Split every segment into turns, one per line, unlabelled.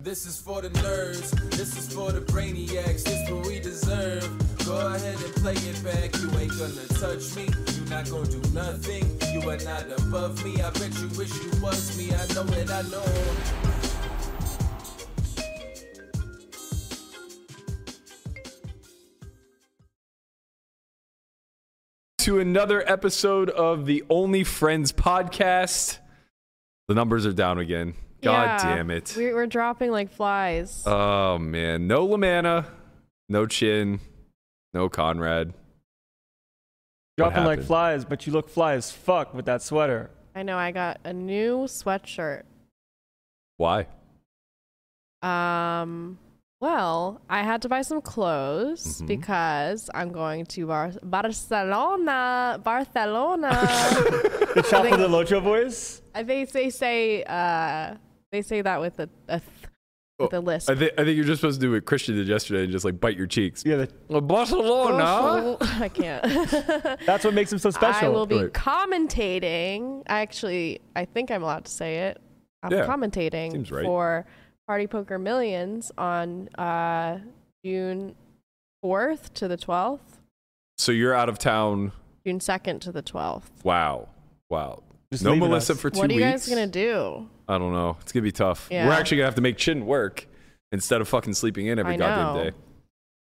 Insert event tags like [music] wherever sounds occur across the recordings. This is for the nerds, this is for the brainiacs, this what we deserve. Go ahead and play it back, you ain't gonna touch me, you not gonna do nothing, you are not above me. I bet you wish you was me, I know it, I know.
to another episode of the Only Friends podcast. The numbers are down again. God
Yeah,
damn it.
We, we're dropping like flies.
Oh man, no Lamanna, no Chin, no Conrad. What
Dropping like
happened?
flies, but you look fly as fuck with
[laughs]
that sweater.
I know. I got a new sweatshirt.
Why?
Um, well, I had to buy some clothes
Mhm.
because I'm going to Bar- Barcelona.
[laughs]
Barcelona.
The chop of the Locho voice?
I think they say uh, they say that with a, a th- with a lisp.
Oh, I, thi- I think you're just supposed to do what Christian did yesterday and just like bite your cheeks.
Yeah, the,
Well, Barcelona.
[laughs] I can't.
that's what makes him so
I
special.
will be
Right.
commentating. I actually, I think I'm allowed to say it. I'm
Yeah,
commentating
seems right.
for Party Poker Millions on uh, June 4th to the 12th,
So you're out of town.
June 2nd to the 12th.
Wow. Wow.
Just
no
leaving
Melissa
us.
for two
what are
weeks.
you guys gonna do?
I don't know. It's gonna be tough.
Yeah.
We're actually gonna have to make Chin work instead of fucking sleeping in every
I
goddamn
know.
day.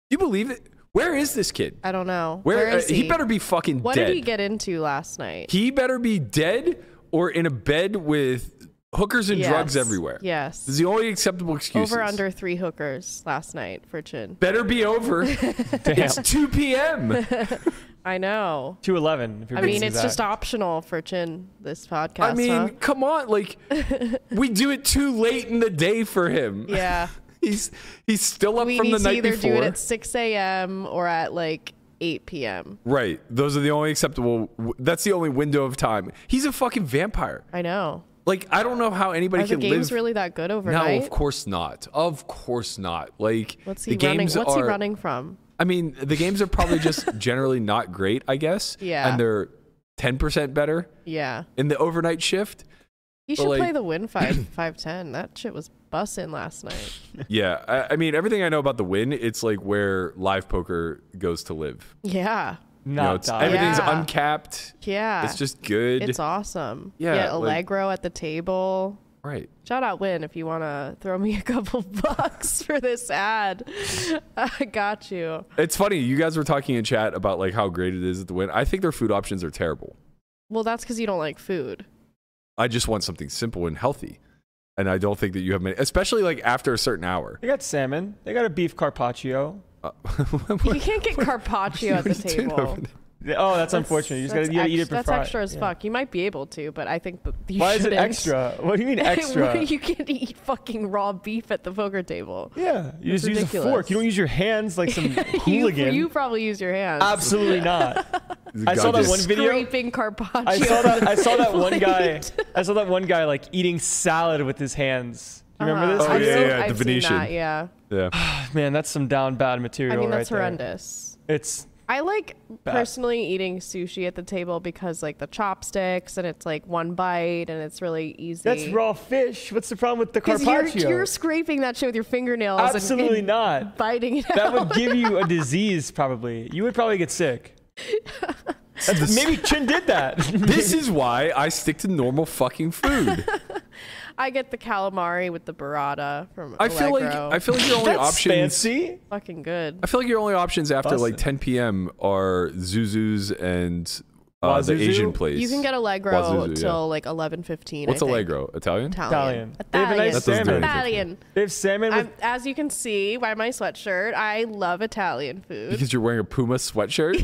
You believe it? Where is this kid?
I don't know.
Where
Where is
uh, he? better be fucking
What
dead.
did he get into last night?
He better be dead or in a bed with hookers and
Yes.
drugs everywhere.
Yes.
This is the only acceptable excuse.
Over under three hookers last night for Chin.
Better be
[laughs]
over.
Damn.
it's 2 p.m.
I know.
211. If you're
I
gonna
mean,
do
it's
that.
just optional for Chin this podcast.
I mean,
huh?
come on. Like, we do it too late in the day for him.
yeah.
[laughs] He's he's still up
we
from
need
the
to
night
either do
before.
it at 6 a.m. or at like 8 p.m.
right. Those are the only acceptable. That's the only window of time. He's a fucking vampire.
I know.
Like, I don't know how anybody
Are the
can
games
live.
really that good
no,
overnight?
of course not. Of course not. Like,
What's
the
he running?
games
What's he
are-
running from?
I mean, the games are probably just
[laughs]
generally not great, I guess.
Yeah.
And they're 10% better
Yeah,
in the overnight shift.
he
But,
should play
like-
the
[coughs]
win five five ten. That shit was bussin' last night.
yeah. I, I mean, everything I know about the win, it's like where live poker goes to live.
Yeah,
You know,
not
it's-
that.
everything's
Yeah.
uncapped.
yeah.
It's just good.
it's awesome.
Yeah,
Get
like-
Allegro at the table.
right.
Shout out Win if you want to throw me a couple [laughs] bucks for this ad. [laughs] I got you.
It's funny. You guys were talking in chat about like how great it is at the win. I think their food options are terrible.
Well, that's because you don't like food.
I just want something simple and healthy. And I don't think that you have many, especially like after a certain hour.
They got salmon. They got a beef carpaccio.
Uh,
You can't
[laughs]
get carpaccio at the table.
They- Oh, that's, unfortunate. You just gotta you gotta eat it
ex-
for
That's
fry.
extra as
Yeah.
fuck. You might be able to, but I think that you
Why is it
shouldn't. [laughs]
extra? What do you mean extra?
you can't eat fucking raw beef at the poker table.
yeah, you just use a fork.
ridiculous.
You don't use your hands like
[laughs]
some
You,
hooligan.
you probably use your hands. [laughs]
Absolutely not. I saw that one video.
Scraping carpaccio.
I saw that. I saw
[laughs]
that one guy.
plate.
I saw that one guy like eating salad with his hands. You remember
Uh-huh.
Oh,
I've
yeah,
this?
seen-
yeah, the
I've seen
Venetian.
that, yeah.
Yeah.
Oh, man, that's some down bad
I
material.
mean, that's
right there.
horrendous.
It's
I like
Bad.
personally eating sushi at the table because like the chopsticks and it's like one bite and it's really easy.
that's raw fish. What's the problem with the
Because you're,
carpaccio?
you're scraping that shit with your fingernails. and-
Absolutely
and
not.
Biting it
That
out. [laughs]
would give you a disease, probably. You would probably get sick. [gasps] That's- maybe Chin
[laughs]
did that.
This is why I stick to normal fucking
[laughs]
food.
I get the calamari with the burrata from
I feel like
Allegro.
I feel like your only
That's
options.
fancy.
fucking good.
I feel like your only options after like 10
Bussin'.
p.m. are Zuzu's and uh, the
Wazuzu?
Asian place.
You can get Allegro
Wazuzu, yeah.
till like eleven fifteen.
What's Allegro? Italian?
Italian.
Italian. They have a nice
That doesn't do
salmon.
anything.
Italian.
They have salmon with
I'm, as you can see by my sweatshirt, I love Italian
[laughs]
food
Because you're wearing a Puma sweatshirt.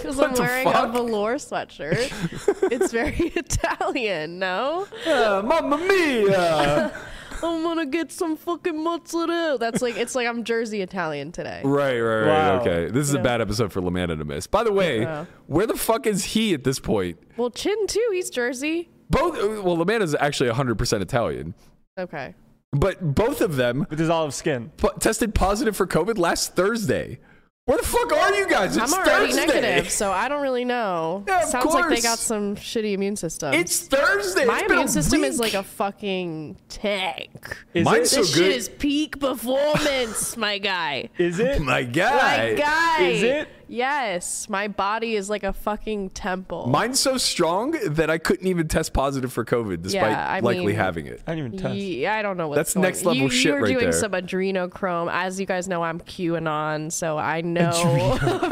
because I'm
the
wearing
fuck?
a
[laughs]
velour sweatshirt. it's very [laughs] Italian, no?
uh, Mamma mia!
I'm gonna get some fucking mozzarella. That's like it's like I'm Jersey Italian today.
right, right, right.
Wow.
Okay, this is a bad episode for Lamanna to miss. By the way,
Oh.
where the fuck is he at this point?
Well, Chin too. He's Jersey.
Both. uh, Well, Lamanna's actually 100% Italian,
Okay.
but both of them
with his olive skin.
po- tested positive for COVID last Thursday. Where the fuck are you guys? It's
I'm already
Thursday.
negative, so I don't really know.
Yeah, of
Sounds like
course.
they got some shitty immune system.
It's Thursday.
My
It's been
immune
a
system is
week.
like a fucking tank.
Is
Mine's
it?
so
this
good.
shit is peak performance, [laughs] my guy.
[laughs]
Is it?
My guy.
My guy.
Is it?
Yes, my body is like a fucking temple.
Mine's so strong that I couldn't even test positive for COVID despite
Yeah, I
likely
mean-
having it.
I didn't even test.
Ye- I don't know what's
That's
going
next level
you,
shit
You were
right
doing
there.
some adrenochrome. As you guys know, I'm QAnon, so I know.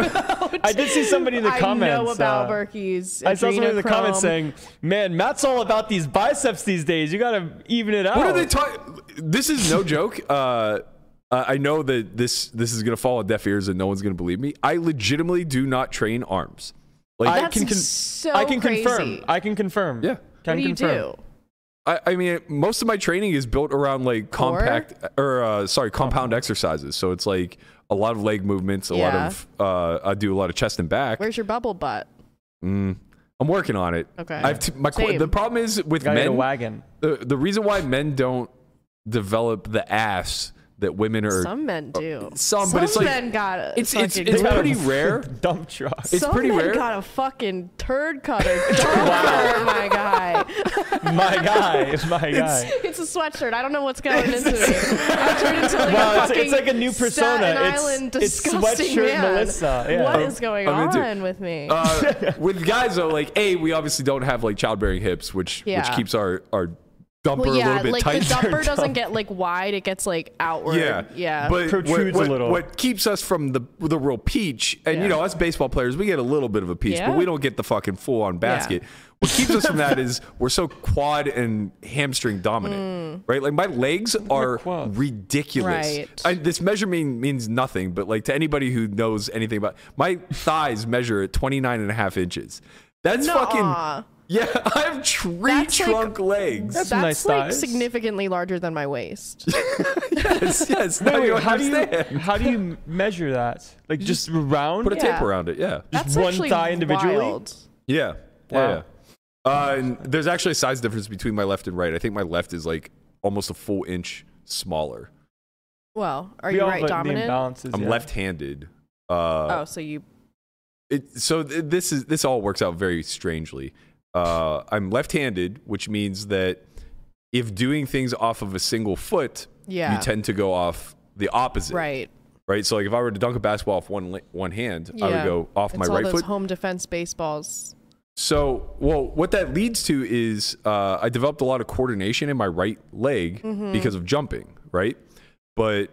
about-
I did see somebody in
[laughs]
the
I know
comments,
about
uh,
Berkey's.
I saw somebody in the comments
adrenochrome.
saying, "Man, Matt's all about these biceps these days. You gotta even it out."
What are they talking? This is no joke. Uh, uh, I know that this this is gonna fall on deaf ears and no one's gonna believe me. I legitimately do not train arms. Like,
I
That's
can, con-
so
I can
crazy.
confirm. I can confirm.
Yeah.
What
Can
do you
confirm.
do?
I, I mean, most of my training is built around like
Core? Oh.
compact or uh, sorry, compound exercises. So it's like a lot of leg movements, a
Yeah.
lot of uh, I do a lot of chest and back.
Where's your bubble butt?
Mm, I'm working on it.
Okay.
I've t- my qu-
Same.
the problem is with
Gotta get a
men.
wagon.
the, the reason why men don't develop the ass that women are
Some men do.
some, but it's like-
men got a
it's- it's-
fucking
it's
turd.
[laughs]
pretty
Got a
rare.
Dump truck. [laughs]
it's
some
pretty
men
rare.
got a fucking
[laughs]
turd cutter. wow. my guy.
my guy. My guy.
It's a sweatshirt. I don't know what's going into me. I turned into like a
Wow, it's- it's
fucking
like a new persona.
Staten
It's-
Island
it's
disgusting
sweatshirt
man.
Melissa, yeah.
What
I'm-
is going
I'm into it.
on with me?
Uh, with guys though, like a we obviously don't have like childbearing hips, which
Yeah.
which keeps our our dumper
well,
a
yeah,
little bit
like
tighter.
the dumper doesn't get like wide; it gets like outward.
yeah,
yeah.
But what-
Protrudes a
what,
little.
What keeps us from the the real peach, and
Yeah.
you know, us baseball players, we get a little bit of a peach,
Yeah.
but we don't get the fucking full on basket. What keeps us from that is we're so quad and hamstring dominant, right? Like my legs are
quads.
ridiculous.
Mm. Right.
I, this measure mean, means nothing, but like to anybody who knows anything about my thighs measure at 29 and a half inches. That's
Nuh-uh.
fucking yeah. [laughs] I have tree
That's like-
trunk legs.
[laughs]
That's
that's
some nice
like
thighs.
significantly larger than my waist.
yes, yes.
Wait,
now you
wait, how do
understand.
you
[laughs]
how do you measure that? Like just round?
Put a
Yeah.
tape around it. Yeah.
That's
one
actually
thigh individually?
wild.
Yeah.
Wow.
Yeah. Uh, and there's actually a size difference between my left and right. I think my left is like almost a full inch smaller.
Well, are
We
you
all
right
have, like, the
dominant?
imbalances,
I'm
yeah.
left-handed. Uh,
oh, so you
it, so th- this is this all works out very strangely. Uh, I'm left-handed, which means that if doing things off of a single foot,
Yeah.
you tend to go off the opposite.
right?
Right. So like if I were to dunk a basketball off one li- one hand, I would
Yeah.
go off my
it's all
right
those
foot.
home defense baseballs.
So, well, what that leads to is uh, I developed a lot of coordination in my right leg
Mm-hmm.
because of jumping, right? But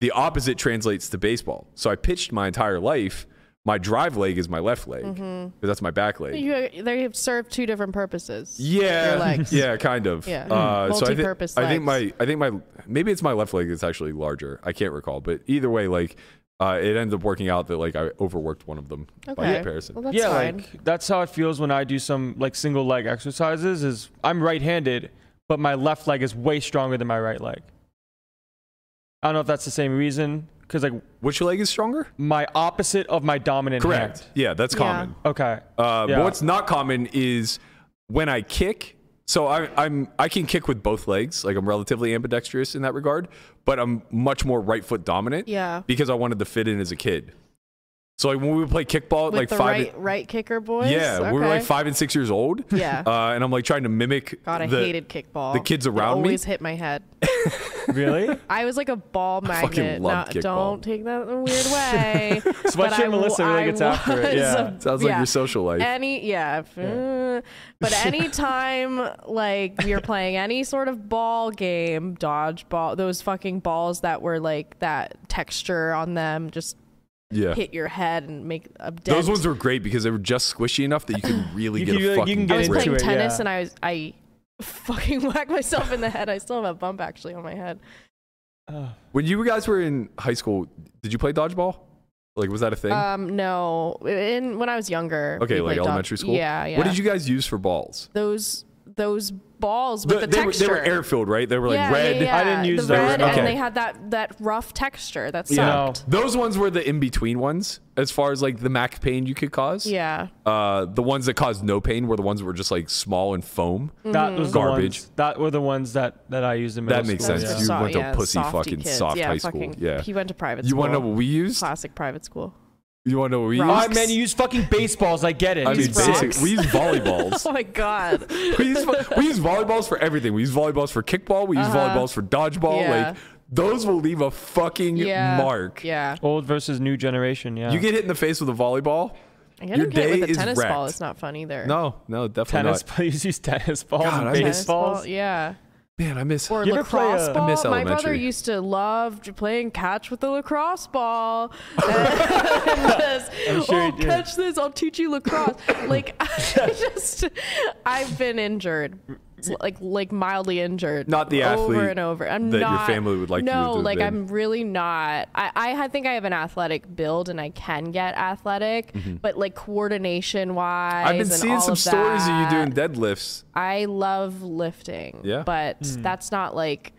the opposite translates to baseball. So I pitched my entire life. My drive leg is my left leg because
Mm-hmm.
that's my back leg.
You, they have served two different purposes.
[laughs] yeah,
your legs.
yeah, kind of.
Yeah. Mm-hmm.
Uh, so I, thi-
Multi-purpose
I think
legs.
my, I think my, maybe it's my left leg that's actually larger. I can't recall, but either way, like uh, it ended up working out that like I overworked one of them by
Okay.
comparison.
Well, that's
yeah,
fine.
like that's how it feels when I do some like single leg exercises. Is I'm right-handed, but my left leg is way stronger than my right leg. I don't know if that's the same reason, because like
Which leg is stronger?
my opposite of my dominant hand.
Yeah, that's
Yeah.
common.
Okay.
Uh,
Yeah.
But what's not common is when I kick. So I, I'm I can kick with both legs. Like I'm relatively ambidextrous in that regard, but I'm much more right foot dominant.
Yeah.
Because I wanted to fit in as a kid. So like when we would play kickball, at,
With
like
the
five.
right, right kicker boys.
yeah, we were
Okay.
like five and six years old.
Yeah.
Uh, and I'm like trying to mimic.
God, I
the,
hated kickball.
the kids
It
around me?
always hit my head.
[laughs]
Really?
I was like a ball
fucking
magnet.
loved
Now,
kickball.
don't take that in a
[laughs]
weird way.
So why
But
should
I-
Melissa really
I
gets after it?
was
Yeah.
[laughs]
a-
Sounds like
yeah.
your social life.
Any yeah, if- uh, but
[laughs]
anytime like you're playing any sort of ball game, dodgeball, those fucking balls that were like that texture on them just
yeah.
hit your head and make a dent.
Those ones were great because they were just squishy enough that you could
[clears throat]
really
You
get
could
a
really- you
fucking
can
I
get
was
break.
playing
into it,
tennis
yeah.
and I was I fucking [laughs] whacked myself in the head. I still have a bump actually on my head.
Oh.
When you guys were in high school, did you play dodgeball? Like was that a thing?
Um, no, in when I was younger.
Okay,
we
like
played dodge-
elementary school.
Yeah, yeah.
What did you guys use for balls?
Those those balls with the,
they, were,
texture.
they were air filled, right? They were like
yeah,
red.
Yeah, yeah.
I didn't use
the
those.
red,
Okay.
and they had that that rough texture. That
You know.
sucked.
Those ones were the in between ones, as far as like the mac pain you could cause.
Yeah.
Uh, the ones that caused no pain were the ones that were just like small and foam.
Mm,
That was the
Garbage.
ones- that were the ones that, that I used in middle
That makes
school,
sense.
Those
yeah.
were
You
soft-
went to
yeah,
pussy
softy
fucking
kids.
soft
yeah,
high school.
fucking,
Yeah.
He went to private
You
school.
want to know what we used?
Classic private school.
You want to know what we
Rock.
used?
Oh, man, you use fucking baseballs. I get it.
I mean,
Use rocks?
basic, we use volleyballs.
[laughs] Oh my god.
we, use, vo- we use volleyballs for everything. We use volleyballs for kickball. We use volleyballs for dodgeball.
Uh-huh. Yeah.
Like those will leave a fucking
Yeah.
mark.
Yeah.
old versus new generation. Yeah.
You get hit in the face with a volleyball.
I get
Your
him hit
day
with a
is
tennis ball.
wrecked.
It's not fun either.
No, no, definitely
tennis.
not.
[laughs] Please use tennis balls
God, I
and
miss-
Tennis ball,
baseballs.
Yeah.
Man, I miss.
Or
You ever play
lacrosse
a- I
ball.
miss
My brother
elementary.
used to love j- playing catch with the
[laughs]
lacrosse ball. Yes.
sure
oh,
he did.
catch this! I'll teach you lacrosse. like, [laughs] I just, I've been injured, It's like like mildly injured.
Not the
over
athlete
and over. I'm
that your
not-
family would like you
No,
to have
like
been.
I'm really not. I I ha- think I have an athletic build and I can get athletic, but like coordination wise,
Mm-hmm. I've been seeing some stories of you
doing.
doing deadlifts.
I love lifting.
Yeah.
But that's not like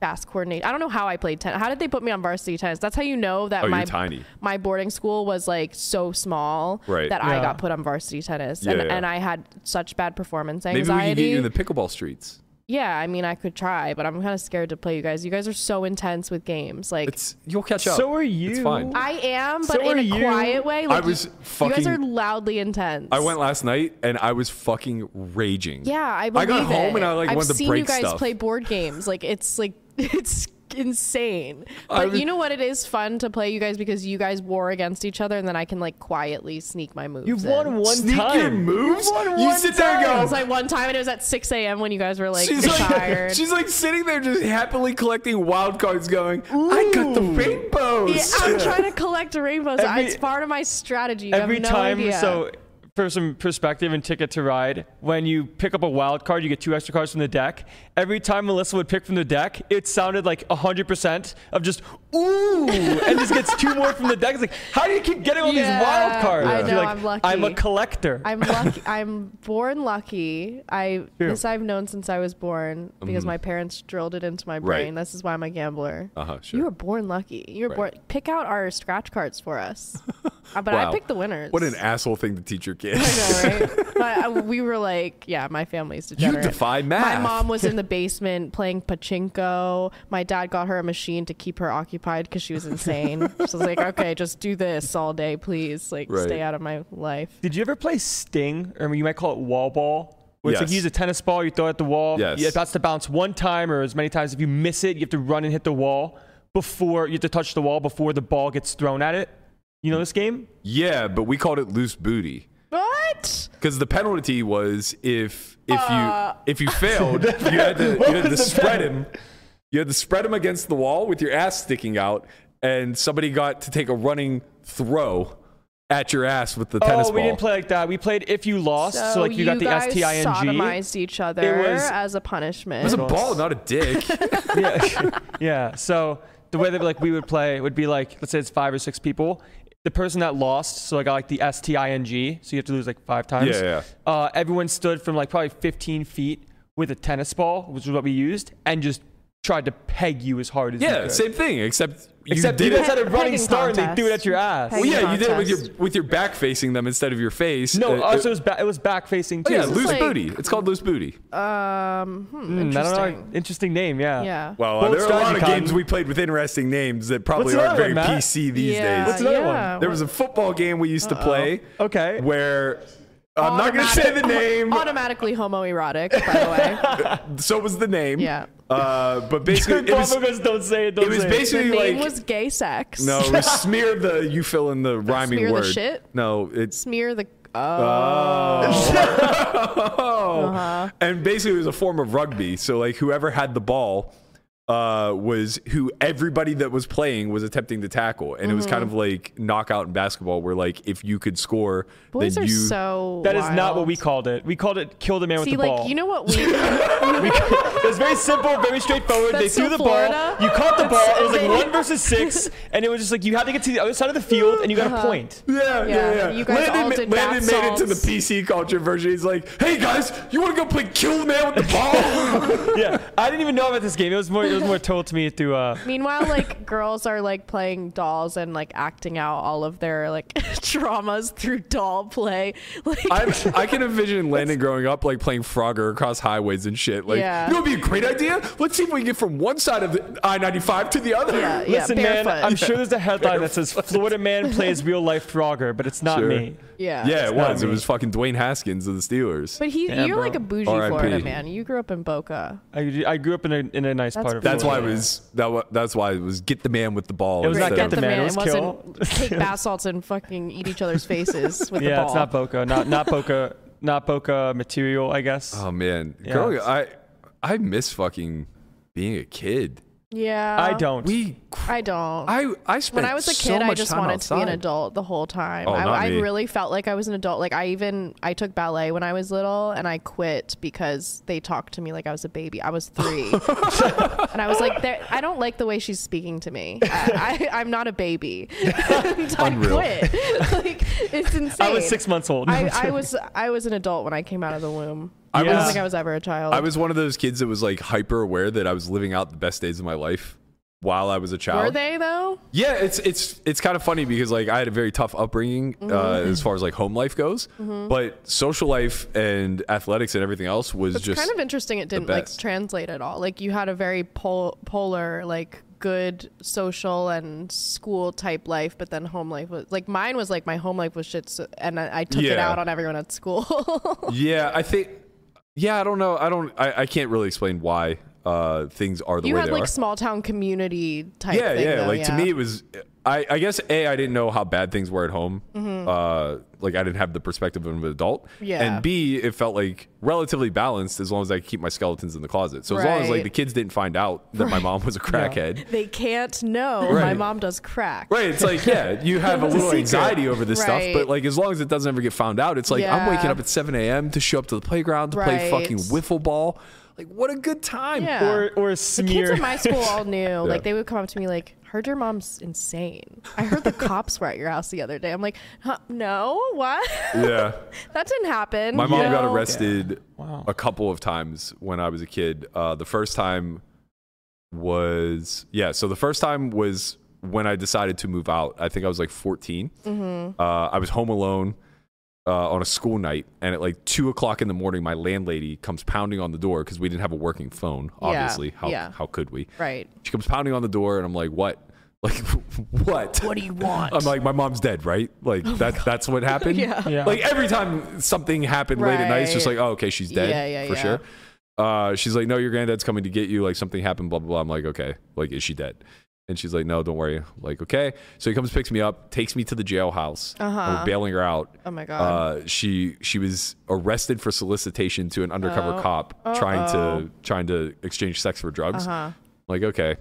fast coordinate. I don't know how I played tennis. How did they put me on varsity tennis? That's how you know that
Oh,
my
you're tiny.
my boarding school was like so small
Right.
that I
Yeah.
got put on varsity tennis.
Yeah,
and
yeah.
and I had such bad performance
Maybe we can
anxiety.
get you in the pickleball streets.
yeah, I mean I could try, but I'm kind of scared to play you guys. You guys are so intense with games. Like
It's you'll catch up.
So are you.
It's fine.
I am, but
So
in
are
a
you.
quiet way. Like,
was
you- You guys
fucking-
are loudly intense.
I went last night and I was fucking raging.
Yeah, I believe
I got home
it.
and I like
I've
wanted
seen
to break
you guys
stuff.
play board games. Like it's like [laughs] it's insane.
I
But
was-
you know what? It is fun to play you guys because you guys war against each other, and then I can like quietly sneak my moves.
You've
in.
won one
Sneak
time.
your moves.
You've won
You
one
sit there
It
and
was
go.
like one time, and it was at 6 a.m. when you guys were like
She's
tired.
like,
[laughs]
she's like sitting there just happily collecting wild cards, going, "I got the
yeah,
rainbows."
[laughs]
I'm trying to collect rainbows.
Every-
it's part of my strategy. You
every
have no
time.
idea.
So, for some perspective and ticket to ride, when you pick up a wild card, you get two extra cards from the deck. Every time Melissa would pick from the deck, it sounded like 100% of just, ooh, and just gets two more from the deck. It's like, how do you keep getting all
Yeah,
these wild cards?
I
You're
know,
like,
I'm lucky.
a collector.
I'm lucky. [laughs] I'm born lucky. I
True.
this I've known since I was born because
Mm-hmm.
my parents drilled it into my brain. This is why I'm a gambler.
Uh huh.
You were
Sure.
born lucky. You were
Right.
born. Pick out our scratch cards for
[laughs]
us. Uh, but I
Wow.
picked the winners.
What an asshole thing to teach your
I
kids. [laughs]
know,
[laughs]
right? but uh, we were like, yeah, my family's degenerate.
defy
My
math.
mom was in
[laughs]
the basement playing pachinko. My dad got her a machine to keep her occupied because she was insane.
[laughs]
she was like, okay, just do this all day, please. Like,
Right.
stay out of my life.
Did you ever play Sting? Or you might call it wall ball. Where it's like
Yes.
you use a tennis ball, you throw it at the wall.
Yes.
Yeah, that's to bounce one time or as many times. If you miss it, you have to run and hit the wall before you have to touch the wall before the ball gets thrown at it. You know this game?
yeah, but we called it loose booty
What?
because the penalty was if if you if you failed, you had to, you had to spread him. You had to spread him against the wall with your ass sticking out, and somebody got to take a running throw at your ass with the tennis
oh,
ball.
we didn't play like that. We played if you lost, so, like you, got the S
guys
T I N G.
sodomized each other
was-
as a
it was
punishment.
a ball, not a dick.
Yeah. [laughs] yeah. So the way that like we would play would be like let's say it's five or six people. The person that lost, so I got like the S T I N G, so you have to lose like five times.
Yeah, yeah.
Uh, everyone stood from like probably 15 feet with a tennis ball, which is what we used, and just tried to peg you as hard as
[laughs]
you
Yeah,
could.
same thing. Except you
Except
did
you guys
it.
had a
Pegging
running start and they threw it
contest.
at your ass.
Well,
Pegging-
yeah, you did it with your
contest.
with your back facing them instead of your face.
no,
Uh,
also it
uh,
was, ba- it was back facing
oh,
too.
yeah,
is
loose
like-
booty. It's called loose booty.
um, hmm,
Hmm, I don't know.
interesting.
Interesting name, yeah. [laughs]
Yeah.
Well,
Uh, Well,
there are a lot
strategy
of
con.
games we played with interesting names that
What's
probably aren't
another
very
one, Matt?
PC these
yeah,
days.
What's another
yeah.
one?
There was a football game we used to play
Okay.
where I'm not going to say the
Automatic-
name.
Automatically homoerotic, by the
[laughs]
way.
So was the name.
Yeah.
Uh,
[laughs]
but basically, it was,
Guava goes, don't say it, don't
it was
say
the
basically
name
like
was gay sex.
no, it
[laughs]
was smear the you fill in the rhyming
Smear the
word.
shit?
No, it's
Smear the. Oh.
Uh,
And basically, it was a form of rugby. So, like, whoever had the ball uh, was who everybody that was playing was attempting to tackle, and it was kind of
Mm-hmm.
like knockout in basketball, where like if you could score,
Boys
then
are
you
so.
That is not what we
wild.
called it. We called it kill the man
See,
with the
like
ball.
you know what we.
[laughs]
[laughs]
it was very simple, very straightforward. they
That's
threw
so
the
Florida.
ball. You caught the
That's
ball.
so
it was like
big.
one versus six, and it was just like you had to get to the other side of the field and you got a
Uh-huh.
point.
Yeah, yeah, yeah.
Yeah, you guys
Landon,
all
ma-
did
Landon
bath
made it to the
salts.
PC culture version. He's like, "Hey guys, you want to go play kill the man with the ball?"
Yeah, I didn't even know about this game. It was more it was more told to me through. Uh,
Meanwhile, like girls are like playing dolls and like acting out all of their like [laughs] traumas through doll play. [laughs] Like
[laughs] I'm, I can envision Landon growing up like playing Frogger across highways and shit. Like,
Yeah.
you know, it'd be a great idea. Let's see if we can get from one side of the I-95 to the other.
yeah, [laughs] yeah,
listen, man,
barefoot.
I'm sure there's a headline that says Florida man plays real life Frogger, but it's not
Sure.
me.
yeah,
Yeah, it
not
was. It
me.
was fucking Dwayne Haskins of the Steelers.
But he,
Yeah,
you're
bro.
like a bougie
R.I.P.
Florida man. You grew up in Boca.
I, I grew up in a, in a nice
That's
part of
That's why it
Florida.
was that. wa- That's why it was get the man with the ball.
It was not
instead
get
of-
the man, it was
wasn't
[laughs]
take bath salts and fucking eat each other's faces with
Yeah,
the ball.
it's not Boca,
[laughs]
not not Boca, not Boca material, I guess.
Oh man,
Yeah.
growing I I miss fucking being a kid.
yeah,
I don't.
We cr-
I don't.
I I spent
when I was a
so
kid, I
much
just
time
wanted to be an
outside.
adult the whole time.
Oh,
I,
not
I
me.
really felt like I was an adult. Like I even I took ballet when I was little, and I quit because they talked to me like I was a baby. I was
[laughs]
three, and I was like, "There- I don't like the way she's speaking to me. I, I, I'm not a baby. [laughs] And I
Unreal.
quit. [laughs] like it's insane.
I was six months old.
I, I was I was an adult when I came out of the womb.
I
I,
was-
don't think I was ever a child.
I was one of those kids that was like hyper aware that I was living out the best days of my life while I was a child.
Were they though?
Yeah, it's it's it's kind of funny because like I had a very tough upbringing uh,
Mm-hmm.
as far as like home life goes, but social life and athletics and everything else was
It's
just
kind of interesting. It didn't like
best.
translate at all. Like you had a very pol- polar, like good social and school type life, but then home life was like mine was like my home life was shit, so, and I, I took it
Yeah.
out on everyone at school. [laughs]
[laughs] yeah. I think yeah. I don't know. I don't. I, I can't really explain why uh, things are the
you
way
had
they
like
are.
small town community type.
yeah,
thing,
yeah.
though,
like to me, it was. I, I guess a I didn't know how bad things were at home. Uh, like I didn't have the perspective of an adult.
Mm-hmm. Yeah.
And B, it felt like relatively balanced as long as I could keep my skeletons in the closet. So as long as like
Right.
the kids didn't find out that my mom
[laughs]
was a crackhead.
they can't know my
Right.
mom does crack.
Right, it's like
[laughs]
yeah, you have a little
secret.
anxiety over this stuff, but
Right.
like as long as it doesn't ever get found out, it's like I'm
Yeah.
waking up at 7 a.m. to show up to the playground to play
Right.
fucking wiffle ball. Like what a good time!
Yeah.
[laughs] or or a
The
smear.
kids at my school
[laughs]
all knew. Like they would come up to me like, "Heard your mom's insane. I heard the cops were at your house the other day." I'm like, huh, "No, what?
Yeah,
[laughs] that didn't happen."
my mom
you
got
know?
arrested
Wow.
a couple of times when I was a kid. Uh, the first time was yeah, so the first time was when I decided to move out. I think I was like 14. Uh, I was home alone. uh, on a school night, and at like two o'clock in the morning, my landlady comes pounding on the door because we didn't have a working phone. Obviously, how
yeah.
how could we?
Right.
She comes pounding on the door, and I'm like, "What? [laughs] Like, what? What do you want?" [laughs] Oh I'm like, "My mom's dead, right? Like that that's what [laughs] happened.
Yeah.
Yeah.
Like every time something happened late at night, it's just
Right.
like, oh, okay, she's dead,
Yeah, yeah,
for
yeah.
sure." Uh, she's like, "No, your granddad's coming to get you. Like something happened, blah blah blah." I'm like, "Okay, like is she dead?" And she's like, "No, don't worry." I'm like, okay. So he comes, picks me up, takes me to the jailhouse. And we're bailing her out.
Oh my God.
Uh, she she was arrested for solicitation to an undercover
Oh.
cop trying to
Uh-oh.
trying to exchange sex for drugs.
Uh-huh.
Like okay,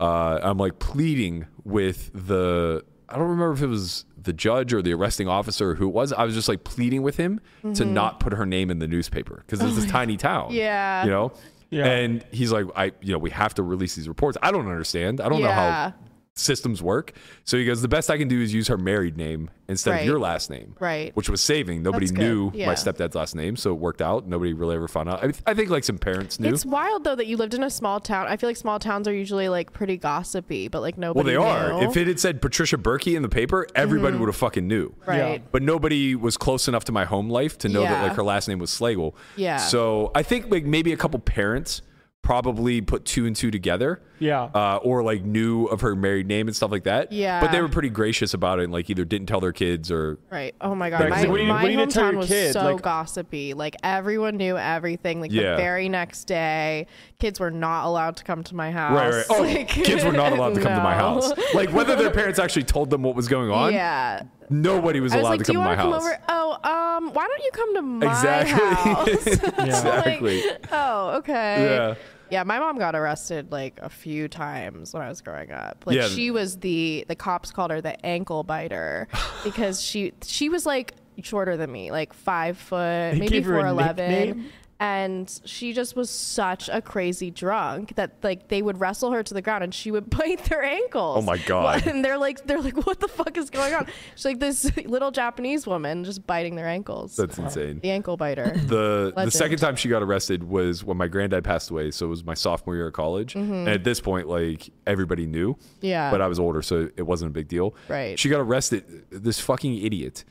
uh, I'm like pleading with the I don't remember if it was the judge or the arresting officer or who it was. I was just like pleading with him to
Mm-hmm.
not put her name in the newspaper because it's this tiny town.
Oh Yeah.
you know.
Yeah.
And he's like, I you know we have to release these reports. I don't understand. I don't know
Yeah.
how systems work. So he goes, the best I can do is use her married name instead of
Right.
your last name
Right.
which was saving. Nobody
That's good.
knew my
Yeah.
stepdad's last name, so it worked out. Nobody really ever found out. I, I think like some parents knew.
It's wild though that you lived in a small town. I feel like small towns are usually like pretty gossipy, but like
well,
nobody.
they are.
knew.
If it had said Patricia Berkey in the paper, everybody would have fucking knew.
right.
But nobody was close enough to my home life to know that
Yeah.
like her last name was Slagle.
Yeah.
So I think like maybe a couple parents probably put two and two together.
Yeah.
Uh, or like knew of her married name and stuff like that.
Yeah.
But they were pretty gracious about it and like either didn't tell their kids or
Right. Oh my
Right,
god. My,
'cause like, what do you-
my
what do you need to tell
hometown
your
was
kid?
so
Like-
gossipy. Like everyone knew everything. Like
Yeah.
the very next day, kids were not allowed to come to my house.
Right, right. Oh,
[laughs] Like-
kids were not allowed to come to my
[laughs] No.
house. Like whether their parents actually told them what was going on,
Yeah.
nobody was
I was
allowed
like,
to
"Do
come to
you
my
want to come
house.
over? Oh, um, why don't you come to my
Exactly. [laughs]
[laughs] house?" So, like,
Exactly.
oh, okay.
Yeah.
Yeah, my mom got arrested like a few times when I was growing up. Like
Yeah.
she was the the cops called her the ankle biter
[laughs]
because she she was like shorter than me, like five foot, maybe
gave her a
four eleven.
nickname?
And she just was such a crazy drunk that like they would wrestle her to the ground and she would [laughs] bite their ankles.
Oh my God.
And they're like they're like, What the fuck is going on? She's like this little Japanese woman just biting their ankles.
That's insane.
the ankle biter.
[laughs] The the
Legend.
second time she got arrested was when my granddad passed away, so it was my sophomore year of college. And at this point, like everybody knew.
Mm-hmm. Yeah.
But I was older, so it wasn't a big deal.
Right.
She got arrested this fucking idiot.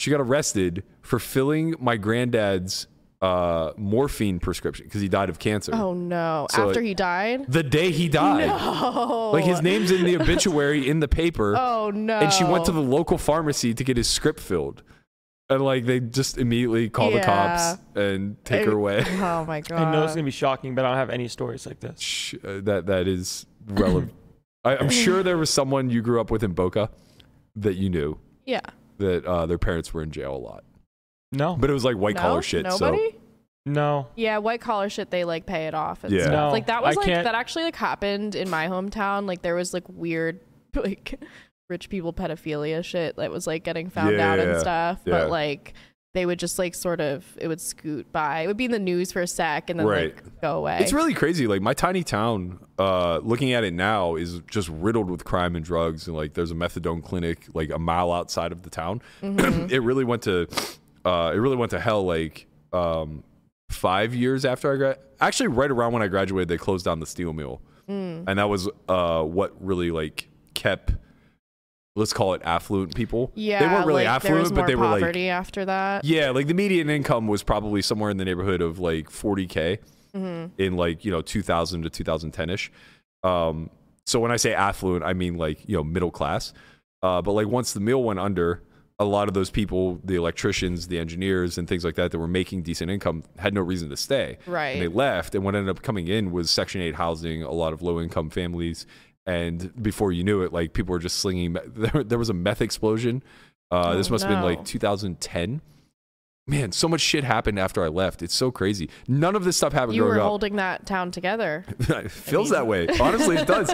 She got arrested for filling my granddad's uh, morphine prescription because he died of cancer.
Oh no.
So,
After
like-
he died?
The day he died. Like his name's in the obituary in the paper.
[laughs] Oh no.
And she went to the local pharmacy to get his script filled. And like they just immediately call the cops and take her away.
[laughs] Oh my god.
I know
Uh,
it's gonna be shocking, but I don't have any stories like this.
Sh- uh, that that is relevant. I, I'm sure there was someone you grew up with in Boca that you knew
yeah.
that uh, their parents were in jail a lot,
No,
but it was like white
no?
collar shit.
Nobody?
no.
Yeah, white collar shit they like pay it off and
Yeah.
stuff.
No,
like that was
I
like
can't-
that actually like happened in my hometown. Like there was like weird [laughs] like rich people pedophilia shit that was like getting found
Yeah,
out
yeah,
and stuff.
yeah.
But like they would just like sort of it would scoot by. It would be in the news for a sec and then
Right.
like go away.
So it's really crazy. Like my tiny town, uh, looking at it now, is just riddled with crime and drugs. And like there's a methadone clinic like a mile outside of the town.
Mm-hmm.
[clears throat] it really went to, uh, it really went to hell. Like um, five years after I gra- actually right around when I graduated, they closed down the steel mill,
Mm.
and that was uh, what really like kept. Let's call it affluent people.
yeah,
they weren't really
like, there was
affluent,
more
but they were like
poverty after that.
yeah, like the median income was probably somewhere in the neighborhood of like 40k
Mm-hmm.
in like you know 2000 to 2010 ish. Um, so when I say affluent, I mean like you know middle class. Uh, but like once the mill went under, a lot of those people, the electricians, the engineers, and things like that, that were making decent income, had no reason to stay.
Right.
And they left, and what ended up coming in was Section Eight housing, a lot of low income families. And before you knew it, like people were just slinging. meth- [laughs] There, there was a meth explosion. Uh, this
Oh,
must have been
no.
like 2010 man, so much shit happened after I left. It's so crazy. None of this stuff happened
You were
growing up.
holding that town together.
[laughs] it feels that way. Honestly, it
[laughs]
does.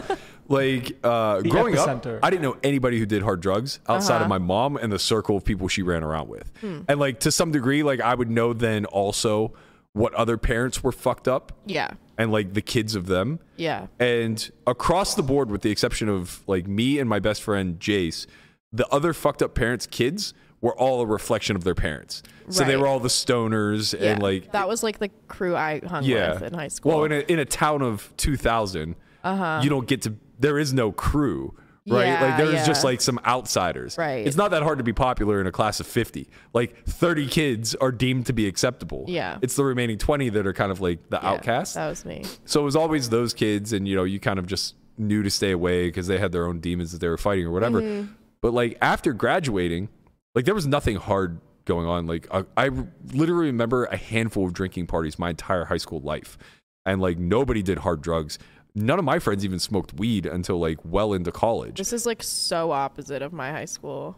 Like uh, growing
epicenter.
up, I didn't know anybody who did hard drugs outside of
Uh-huh. Hmm.
my mom and the circle of people she ran around with. And like to some degree, like I would know then also what other parents were fucked up
Yeah.
and like the kids of them.
Yeah.
And across the board, with the exception of like me and my best friend Jace, the other fucked up parents' kids were all a reflection of their parents. So they
Right.
were all the stoners and
Yeah.
like
that was like the crew I hung
yeah.
with in high school. Uh-huh.
Well, in a, in a town of two thousand, you don't get to. There is no crew. Right, like
Yeah,
there's just
yeah.
like some outsiders.
Right.
it's not that hard to be popular in a class of fifty. Like thirty kids are deemed to be acceptable.
Yeah.
it's the remaining twenty that are kind of like the
Yeah,
outcasts.
That was me.
So it was always those kids, and you know, you kind of just knew to stay away because they had their own demons that they were fighting or whatever. But like after graduating, like there was nothing hard going on. Like I, I literally remember a handful of drinking parties my entire high school life, and like nobody did hard drugs. None of my friends even smoked weed until like well into college.
This is like so opposite of my high school.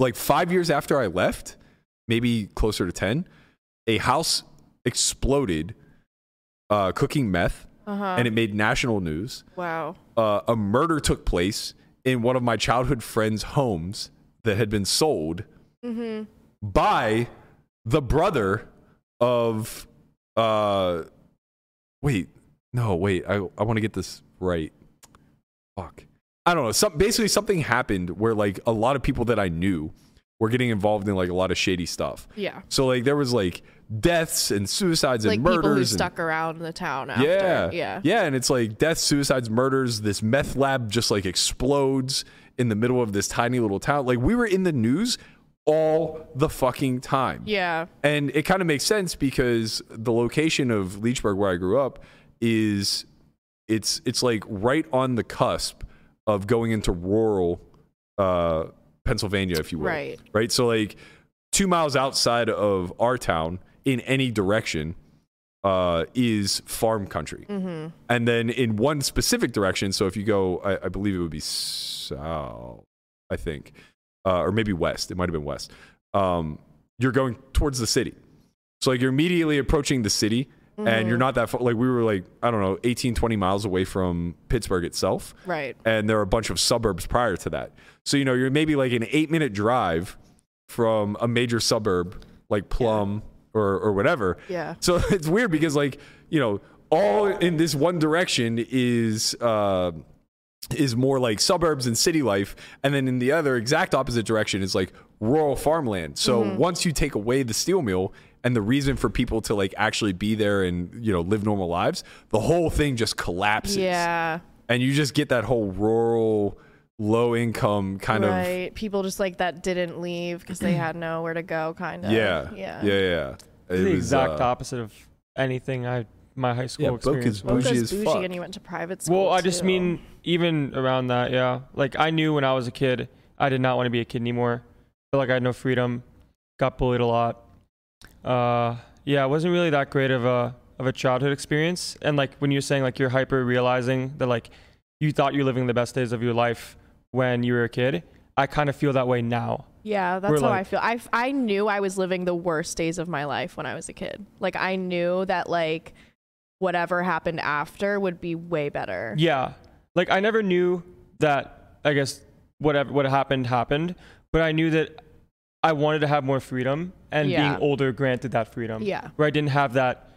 Like five years after I left, maybe closer to 10, a house exploded uh, cooking meth
Uh-huh.
and it made national news
Wow.
uh, a murder took place in one of my childhood friends' homes that had been sold
Mm-hmm.
by the brother of. Uh, wait, no, wait. I I want to get this right. Fuck. I don't know. Some basically something happened where like a lot of people that I knew were getting involved in like a lot of shady stuff.
Yeah.
So like there was like deaths and suicides
Like
and
people who
murders. and-
stuck around the town after.
yeah.
Yeah.
Yeah. And it's like death, suicides, murders. This meth lab just like explodes in the middle of this tiny little town. Like we were in the news all the fucking time.
Yeah.
And it kind of makes sense because the location of Leechburg, where I grew up, is it's it's like right on the cusp of going into rural uh, Pennsylvania, if you will.
Right.
Right. So like two miles outside of our town, in any direction, uh, is farm country. And then in one specific direction, so if you go, I, I believe it would be south, I think, uh, or maybe west. It might have been west. Um, you're going towards the city. So like you're immediately approaching the city, and you're not that far. Like we were like I don't know 18, 20 miles away from Pittsburgh itself,
Right.
And there are a bunch of suburbs prior to that, so you know you're maybe like an eight minute drive from a major suburb like Plum or or whatever.
Yeah.
So [laughs] it's weird because like you know all in this one direction is. Uh, is more like suburbs and city life and then in the other exact opposite direction is like rural farmland so
Mm-hmm.
once you take away the steel mill and the reason for people to like actually be there and you know live normal lives the whole thing just collapses
Yeah.
and you just get that whole rural low income kind
right. People just like that didn't leave because they had nowhere to go, kind of.
of yeah
Yeah.
yeah yeah It
the
was,
exact
uh,
opposite of anything I my high school
Yeah, Boca's
experience.
Boca's
was.
Bougie as
bougie,
fuck.
and you went to private school.
Well, I just
too.
mean even around that, yeah. Like I knew when I was a kid, I did not want to be a kid anymore. Felt like I had no freedom. Got bullied a lot. Uh, yeah, it wasn't really that great of a of a childhood experience. And like when you're saying like you're hyper realizing that like you thought you were living the best days of your life when you were a kid, I kind of feel that way now.
Yeah, that's
We're
how I
like-
feel. I, f- I knew I was living the worst days of my life when I was a kid. Like, I knew that, like, whatever happened after would be way better.
Yeah. Like I never knew that I guess whatever what happened happened, but I knew that I wanted to have more freedom and
Yeah.
being older granted that freedom.
Yeah.
Where I didn't have that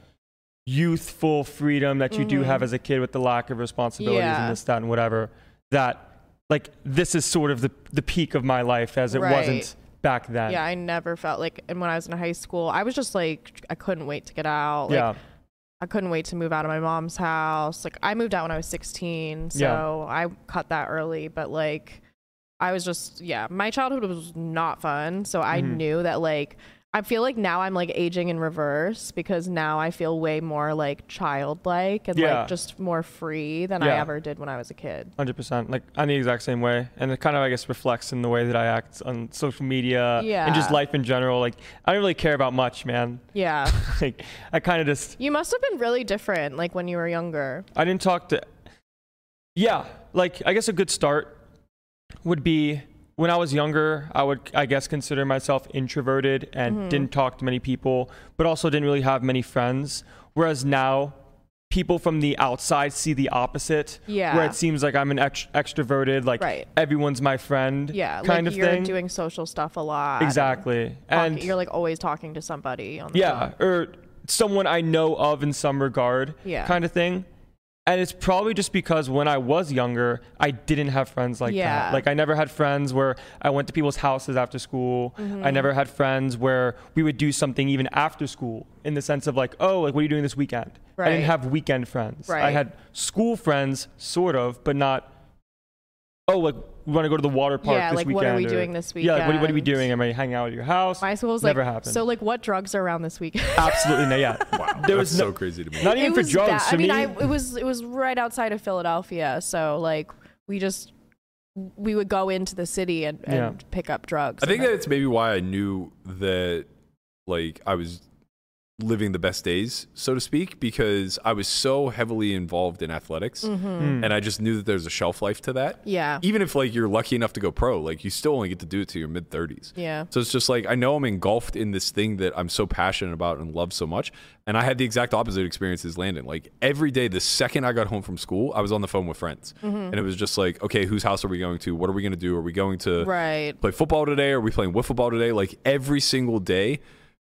youthful freedom that you do have as a kid with the lack of responsibilities
Mm-hmm. Yeah.
and this, that, and whatever. That like this is sort of the the peak of my life as it
Right.
wasn't back then.
Yeah, I never felt like, and when I was in high school, I was just like, I couldn't wait to get out. Like,
yeah.
I couldn't wait to move out of my mom's house. Like I moved out when I was 16, so
Yeah.
I cut that early, but like I was just yeah, my childhood was not fun, so I
Mm-hmm.
knew that like I feel like now I'm like aging in reverse because now I feel way more like childlike and
Yeah.
like just more free than I
Yeah.
ever did when I was a kid.
Hundred percent. Like I'm the exact same way, and it kind of I guess reflects in the way that I act on social media and just
Yeah.
life in general. Like I don't really care about much, man. [laughs]
Yeah.
like I kind of just
you must have been really different like when you were younger.
I didn't talk to. Yeah, like I guess a good start would be when I was younger. I would I guess consider myself introverted and
Mm-hmm.
didn't talk to many people, but also didn't really have many friends. Whereas now. People from the outside see the opposite, where
Yeah.
it seems like I'm an ext- extroverted, like
Right.
everyone's my friend, [laughs]
Yeah, like
kind of
you're
thing.
doing social stuff a lot. and
exactly,
talk-
and
you're like always talking to somebody on the
yeah, or someone I know of in some regard,
Yeah.
kind of thing. And it's probably just because when I was younger, I didn't have friends like
Yeah.
that. Like I never had friends where I went to people's houses after school. I
Mm-hmm.
never had friends where we would do something even after school in the sense of like, oh, like what are you doing this weekend? I
Right.
didn't have weekend friends. I
Right.
had school friends, sort of, but not. Oh, like we want to go to the water park
Yeah,
this
like,
weekend.
what are we
or-
doing this
Yeah, like, what, what are we
weekend?
doing? Am I hanging out at your house?
My school was
never
like,
happened.
so like what drugs are around this [laughs] weekend?
Absolutely
[laughs]
not. Yeah. There
that's
was no,
so crazy to me
not even
it
for
was
drugs.
bad.
to
I mean,
me,
I, it was it was right outside of Philadelphia, so like we just we would go into the city and, and
Yeah.
pick up drugs.
I think
and
that's maybe why I knew that, like, I was living the best days, so to speak, because I was so heavily involved in athletics,
Mm-hmm.
Hmm.
and I just knew that there's a shelf life to that.
Yeah.
Even if like you're lucky enough to go pro, like you still only get to do it to your mid 30s.
Yeah.
So it's just like I know I'm engulfed in this thing that I'm so passionate about and love so much, and I had the exact opposite experience as Landon. Like every day, the second I got home from school, I was on the phone with friends,
Mm-hmm.
and it was just like, okay, whose house are we going to? What are we going to do? Are we going to
Right.
play football today? Are we playing wiffle ball today? Like every single day,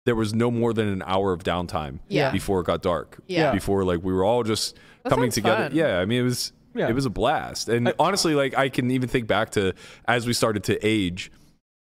there was no more than an hour of downtime
Yeah.
before it got dark.
Yeah.
Before like we were all just coming
sounds
together.
fun.
Yeah. I mean it was
Yeah.
it was a blast. And honestly, like I can even think back to as we started to age.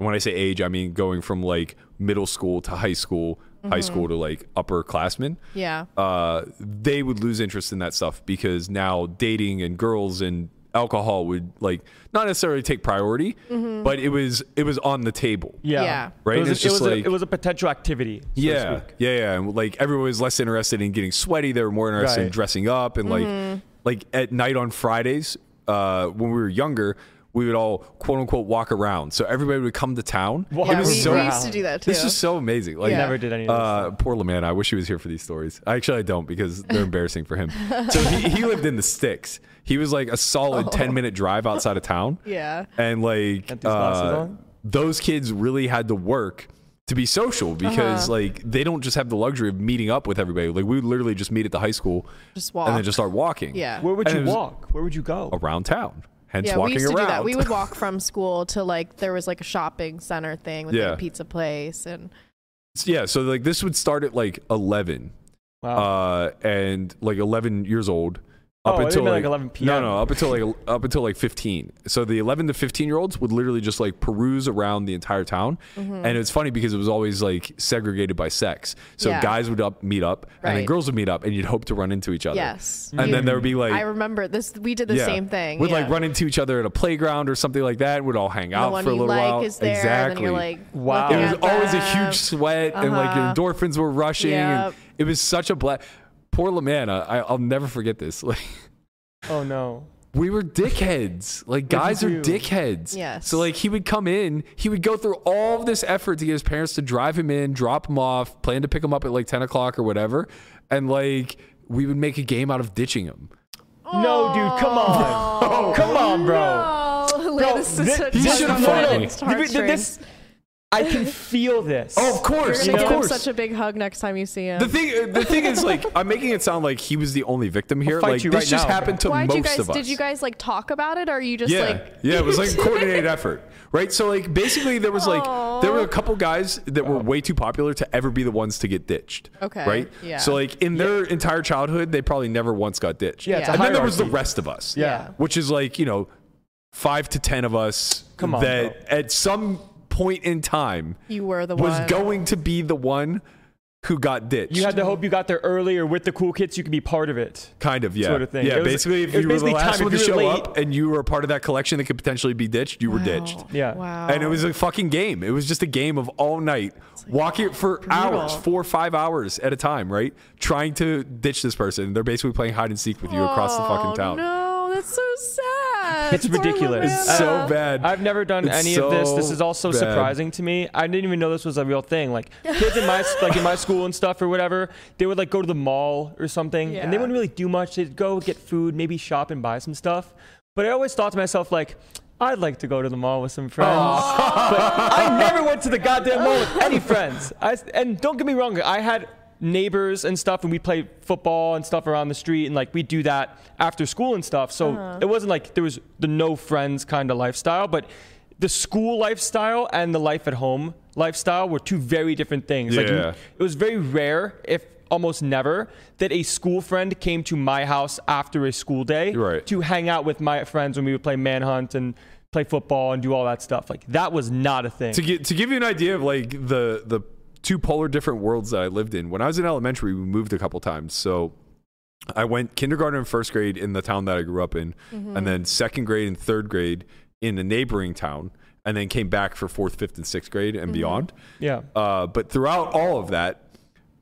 And when I say age, I mean going from like middle school to high school, high school to like upperclassmen
yeah.
uh, they would lose interest in that stuff because now dating and girls and alcohol would like not necessarily take priority, but it was it was on the table.
yeah.
Yeah.
Right,
It was,
it's
a, it
just
was a-
like-
it was a potential activity. So
Yeah,
To speak.
yeah, yeah. And like everyone was less interested in getting sweaty; they were more interested in
Right.
dressing up and
Mm-hmm.
like like at night on Fridays uh, when we were younger. We would all quote unquote walk around. So everybody would come to town.
Walk
yeah
It was
we,
so-
we used to do that too.
This is so amazing. Like
Yeah.
Never did any of this.
Uh, poor Laman. I wish he was here for these stories. Actually, I don't because
[laughs]
they're embarrassing for him. So he, he lived in the sticks. He was like a solid ten minute drive outside of town.
Oh. Yeah.
and like
Got these glasses
uh,
on?
those kids really had to work to be social
Uh-huh.
because like they don't just have the luxury of meeting up with everybody. Like we would literally just meet at the high school
Just
and
walk.
then just start walking.
Yeah.
Where would
And
you
it was-
walk? Where would you go?
Around town. Hence
Yeah,
walking
we used to
around.
do that. We would walk from school to like there was like a shopping center thing with like,
Yeah.
a pizza place and
[laughs] yeah, so like this would start at like eleven.
Oh.
Wow.
Uh and like eleven years old.
Oh,
Up
I didn't
until
mean,
like,
like, 11
No,
PM.
no, up until like up until like fifteen. So the eleven to fifteen year olds would literally just like peruse around the entire town.
Mm-hmm.
And it's funny because it was always like segregated by sex. So
Yeah.
guys would up meet up and then
Right.
girls would meet up and you'd hope to run into each other.
yes.
And then there would be like
I remember this. We did the same thing.
We'd like
yeah.
run into each other at a playground or something like that. We'd all hang
The
out
one
for a
you
little
like
while.
is there,
exactly.
and then you're like,
Wow.
looking
it was
at
always a
them.
huge sweat, and like your
Uh-huh.
endorphins were rushing,
Yep.
and it was such a blast. Poor Lamanna, I, I'll never forget this. [laughs] Like
oh no.
we were dickheads. Like guys are
you do?
dickheads.
Yes.
So like he would come in, he would go through all of this effort to get his parents to drive him in, drop him off, plan to pick him up at like ten o'clock or whatever, and like we would make a game out of ditching him.
No, dude,
[laughs]
come on. come on, bro.
Oh, [laughs]
Bro,
this is
thi-
such
he
a
should've
moment.
finally-
It's
Th- th-
heartstrings.
this- I can feel this.
Oh, of course,
You're gonna
of
give him
course.
such a big hug next time you see him.
The thing, the thing is,
[laughs]
like, I'm making it sound like he was the only victim here.
fight
Like,
you
this
right
just
now.
happened to
Why
most
did you guys?
of us.
Did you guys like talk about it, or are you just
yeah,
like?
yeah, it was
[laughs]
like a coordinated effort, right? So, like, basically, there was like there were a couple guys that were way too popular to ever be the ones to get ditched.
Okay,
right?
yeah.
So, like, in their entire childhood, they probably never once got ditched.
Yeah, it's a
and then there was the
hierarchy.
rest of us.
Yeah.
which is like you know, five to ten of us.
Come on,
that at some point in time
You were the
was
one.
going to be the one who got ditched.
You had to hope you got there earlier with the cool kids. You could be part of it.
Kind of, yeah.
sort of thing.
Yeah,
It was-
basically, if
it was
you were the
basically
last
time.
one to
If you
show
were
up and you were a part of that collection that could potentially be ditched, you were ditched.
Oh. Yeah.
Wow.
And it was a fucking game. It was just a game of all night, walking for hours, four or five hours at a time, right? Trying to ditch this person. They're basically playing hide and seek with you across the fucking town.
Oh, No, that's so sad.
It's
Poor
ridiculous.
Miranda.
It's so bad.
I've never done
It's
any of this. This
so
is also
bad.
surprising to me. I didn't even know this was a real thing. Like kids in my like in my school and stuff or whatever, they would like go to the mall or something, and they
Yeah.
wouldn't really do much. They'd go get food, maybe shop and buy some stuff. But I always thought to myself like. I'd like to go to the mall with some friends, but I never went to the goddamn mall with any friends. I, and don't get me wrong, I had neighbors and stuff, and we played football and stuff around the street, and like we do that after school and stuff. So it wasn't like there was the no friends kind of lifestyle, but the school lifestyle and the life at home lifestyle were two very different things. Like
Yeah.
it was very rare, if almost never, that a school friend came to my house after a school day
Right.
to hang out with my friends when we would play manhunt and play football and do all that stuff. Like that was not a thing.
to get to give you an idea of like the the two polar different worlds that I lived in. When I was in elementary, we moved a couple times. So I went kindergarten and first grade in the town that I grew up in,
Mm-hmm.
and then second grade and third grade in a neighboring town, and then came back for fourth, fifth, and sixth grade and beyond.
Mm-hmm. yeah.
Uh, but throughout all of that,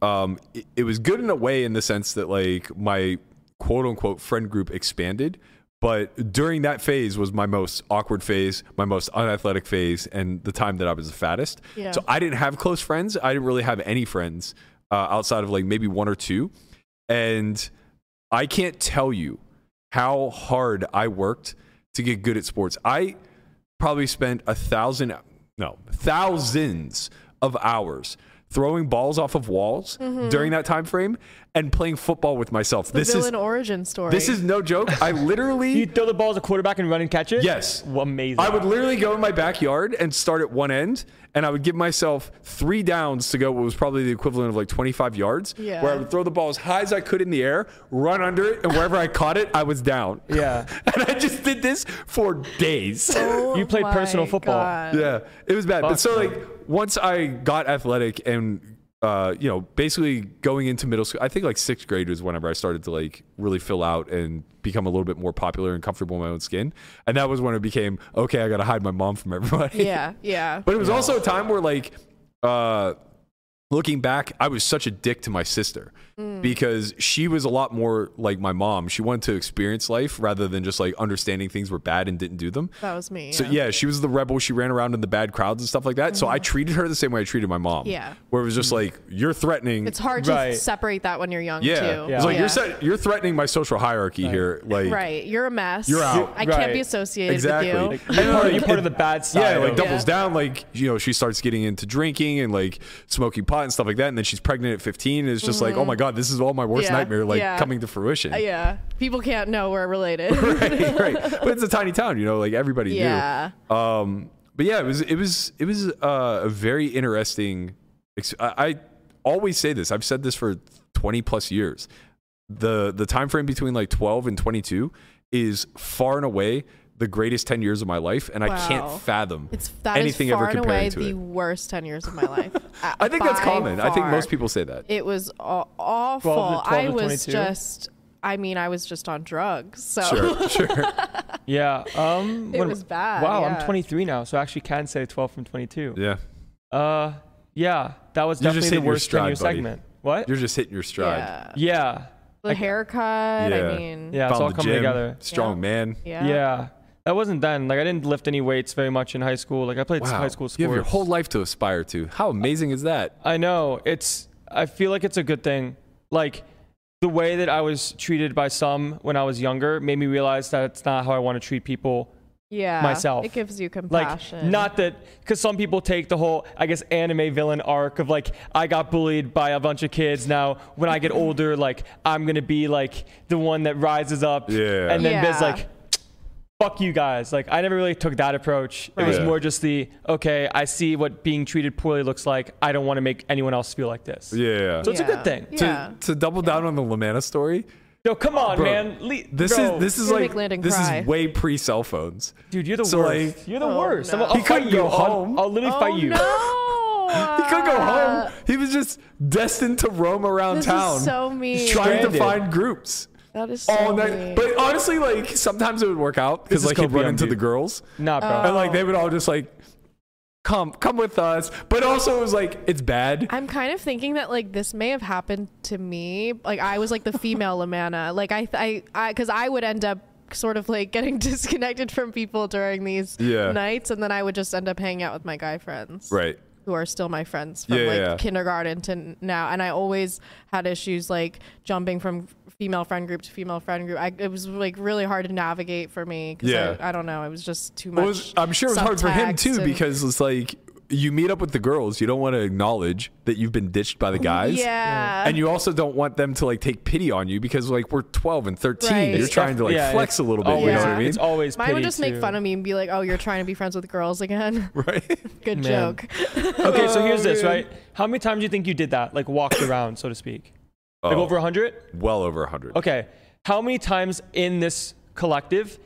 um, it, it was good in a way in the sense that like my quote unquote friend group expanded. But during that phase was my most awkward phase, my most unathletic phase, and the time that I was the fattest.
Yeah.
So I didn't have close friends. I didn't really have any friends uh, outside of like maybe one or two. And I can't tell you how hard I worked to get good at sports. I probably spent a thousand, no, thousands of hours throwing balls off of walls during that time frame and playing football with myself.
The
this is
villain origin story.
this is no joke. I
You
literally
throw the ball as a quarterback and run and catch it?
Yes.
Well, Amazing.
I would literally go in my backyard and start at one end and I would give myself 3 downs to go what was probably the equivalent of like 25 yards
Yeah.
where I would throw the ball as high as I could in the air, run under it and wherever I caught it, I was down.
Yeah.
[laughs] and I just did this for days.
Oh
You played
my
personal football.
God.
[laughs] yeah, it was bad. But
Fuck,
so
man.
like once I got athletic and uh, you know basically going into middle school, I think like sixth grade was whenever I started to like really fill out and become a little bit more popular and comfortable in my own skin, and that was when it became okay. I got to hide my mom from everybody.
Yeah, yeah.
But it was also a time where like uh looking back, I was such a dick to my sister
Mm.
because she was a lot more like my mom. She wanted to experience life rather than just like understanding things were bad and didn't do them.
That was me.
So yeah, she was the rebel. She ran around in the bad crowds and stuff like that. So I treated her the same way I treated my mom.
Mm-hmm. Yeah.
Where it was just like you're threatening.
It's hard to
Right.
separate that when you're young
yeah.
too.
It's like
Yeah.
you're set, you're threatening my social hierarchy here. Like
Right. You're a mess.
You're out.
I can't
Right.
be associated
Exactly.
with you.
Like,
You're part, you're part of the bad side.
Yeah, like
of-
doubles down. Like you know, she starts getting into drinking and like smoking pot and stuff like that. And then she's pregnant at 15. And it's just like, oh my god, this is all my worst
Mm-hmm. Yeah.
nightmare like
Yeah.
coming to fruition.
[laughs] Uh, yeah. People can't know we're related.
[laughs] right, right. But it's a tiny town, you know, like everybody
yeah.
knew. Um, but yeah, it was it was it was uh, a very interesting. Ex- I, I always say this. I've said this for 20 plus years. The the time frame between like 12 and 22 is far and away the greatest 10 years of my life, and I
Wow.
can't fathom
It's that is
anything
far
ever
and
comparing
away
to
the
it.
worst ten years of my life. Uh,
[laughs] I think that's
by
common. I think
far.
most people say that.
It was aw- awful.
12 to
I was
22?
just. I mean, I was just on drugs.
[laughs]
So [laughs]
Sure, sure.
Yeah. Um,
It was bad,
Wow,
yeah.
I'm 23 now, so I actually can say 12 from 22.
Yeah,
Uh, yeah, that was
You're just
definitely the
hitting your
worst 10 year
stride, buddy.
segment. What?
you're just hitting your stride.
yeah.
yeah,
The haircut.
Yeah.
I mean.
yeah, it's
Found
all
the
coming
gym,
together.
Strong
Yeah.
man.
Yeah.
Yeah. that wasn't then. Like I didn't lift any weights very much in high school. Like I played high school sports.
You have your whole life to aspire to. How amazing is that?
I know. It's I feel like it's a good thing. Like the way that I was treated by some when I was younger made me realize that it's not how I want to treat people
Yeah.
myself.
It gives you
like
compassion.
not that because some people take the whole i guess anime villain arc of like i got bullied by a bunch of kids now when i get older like i'm gonna be like the one that rises up
Yeah.
and then biz
Yeah.
like fuck you guys like i never really took that approach it was
Right.
more just the okay i see what being treated poorly looks like i don't want to make anyone else feel like this
Yeah.
So it's a good thing.
to,
Yeah.
to double down on the Lamanna story,
yo come on
Bro,
man Le-
this
bro.
is this is
You're
like
gonna make Landon
this
cry.
is way pre cell phones.
dude you're the
so,
worst
like-
you're the
Oh,
worst
no.
I'll, I'll
He
fight
couldn't
you
go
I'll-
home.
I'll, literally
oh,
fight you
No.
[laughs] He could go
Uh,
home. He was just destined to roam around
This is
town,
so mean.
trying to
Stranded.
find groups
That is so
all
mean.
night. But honestly, like sometimes it would work out because
is
like he'd run
Copium,
into the
dude.
girls,
nah
Oh.
bro
and like they would all just like come come with us. But also it was like it's bad.
I'm kind of thinking that like this may have happened to me. Like I was like the
[laughs]
female Lamanna. Like I, I, I, because I would end up sort of like getting [laughs] disconnected from people during these
Yeah.
nights, and then I would just end up hanging out with my guy friends,
right.
who are still my friends from
Yeah,
like
yeah.
kindergarten to n- now. And I always had issues like jumping from female friend group to female friend group. I, it was like really hard to navigate for me. 'cause
Yeah.
I, I don't know. It was just too much.
Well, it was- I'm sure it was hard for him
subtext
too
and-
because it's like you meet up with the girls, you don't want to acknowledge that you've been ditched by the guys.
yeah.
And you also don't want them to like take pity on you because like we're 12 and 13.
Right.
You're
It's
trying to like
yeah,
flex
it's
a little bit, you
always-
know what I
Yeah.
mean?
It's always
Mine would
pity,
just make
too.
fun of me and be like, "Oh, you're trying to be friends with girls again."
[laughs] [laughs]
[laughs]
right?
Good
Man.
joke. [laughs]
Okay, so here's
Oh,
this, right? How many times do you think you did that? Like walked around, so to speak? Like
Oh,
over 100?
[laughs] well over 100.
Okay. How many times in this collective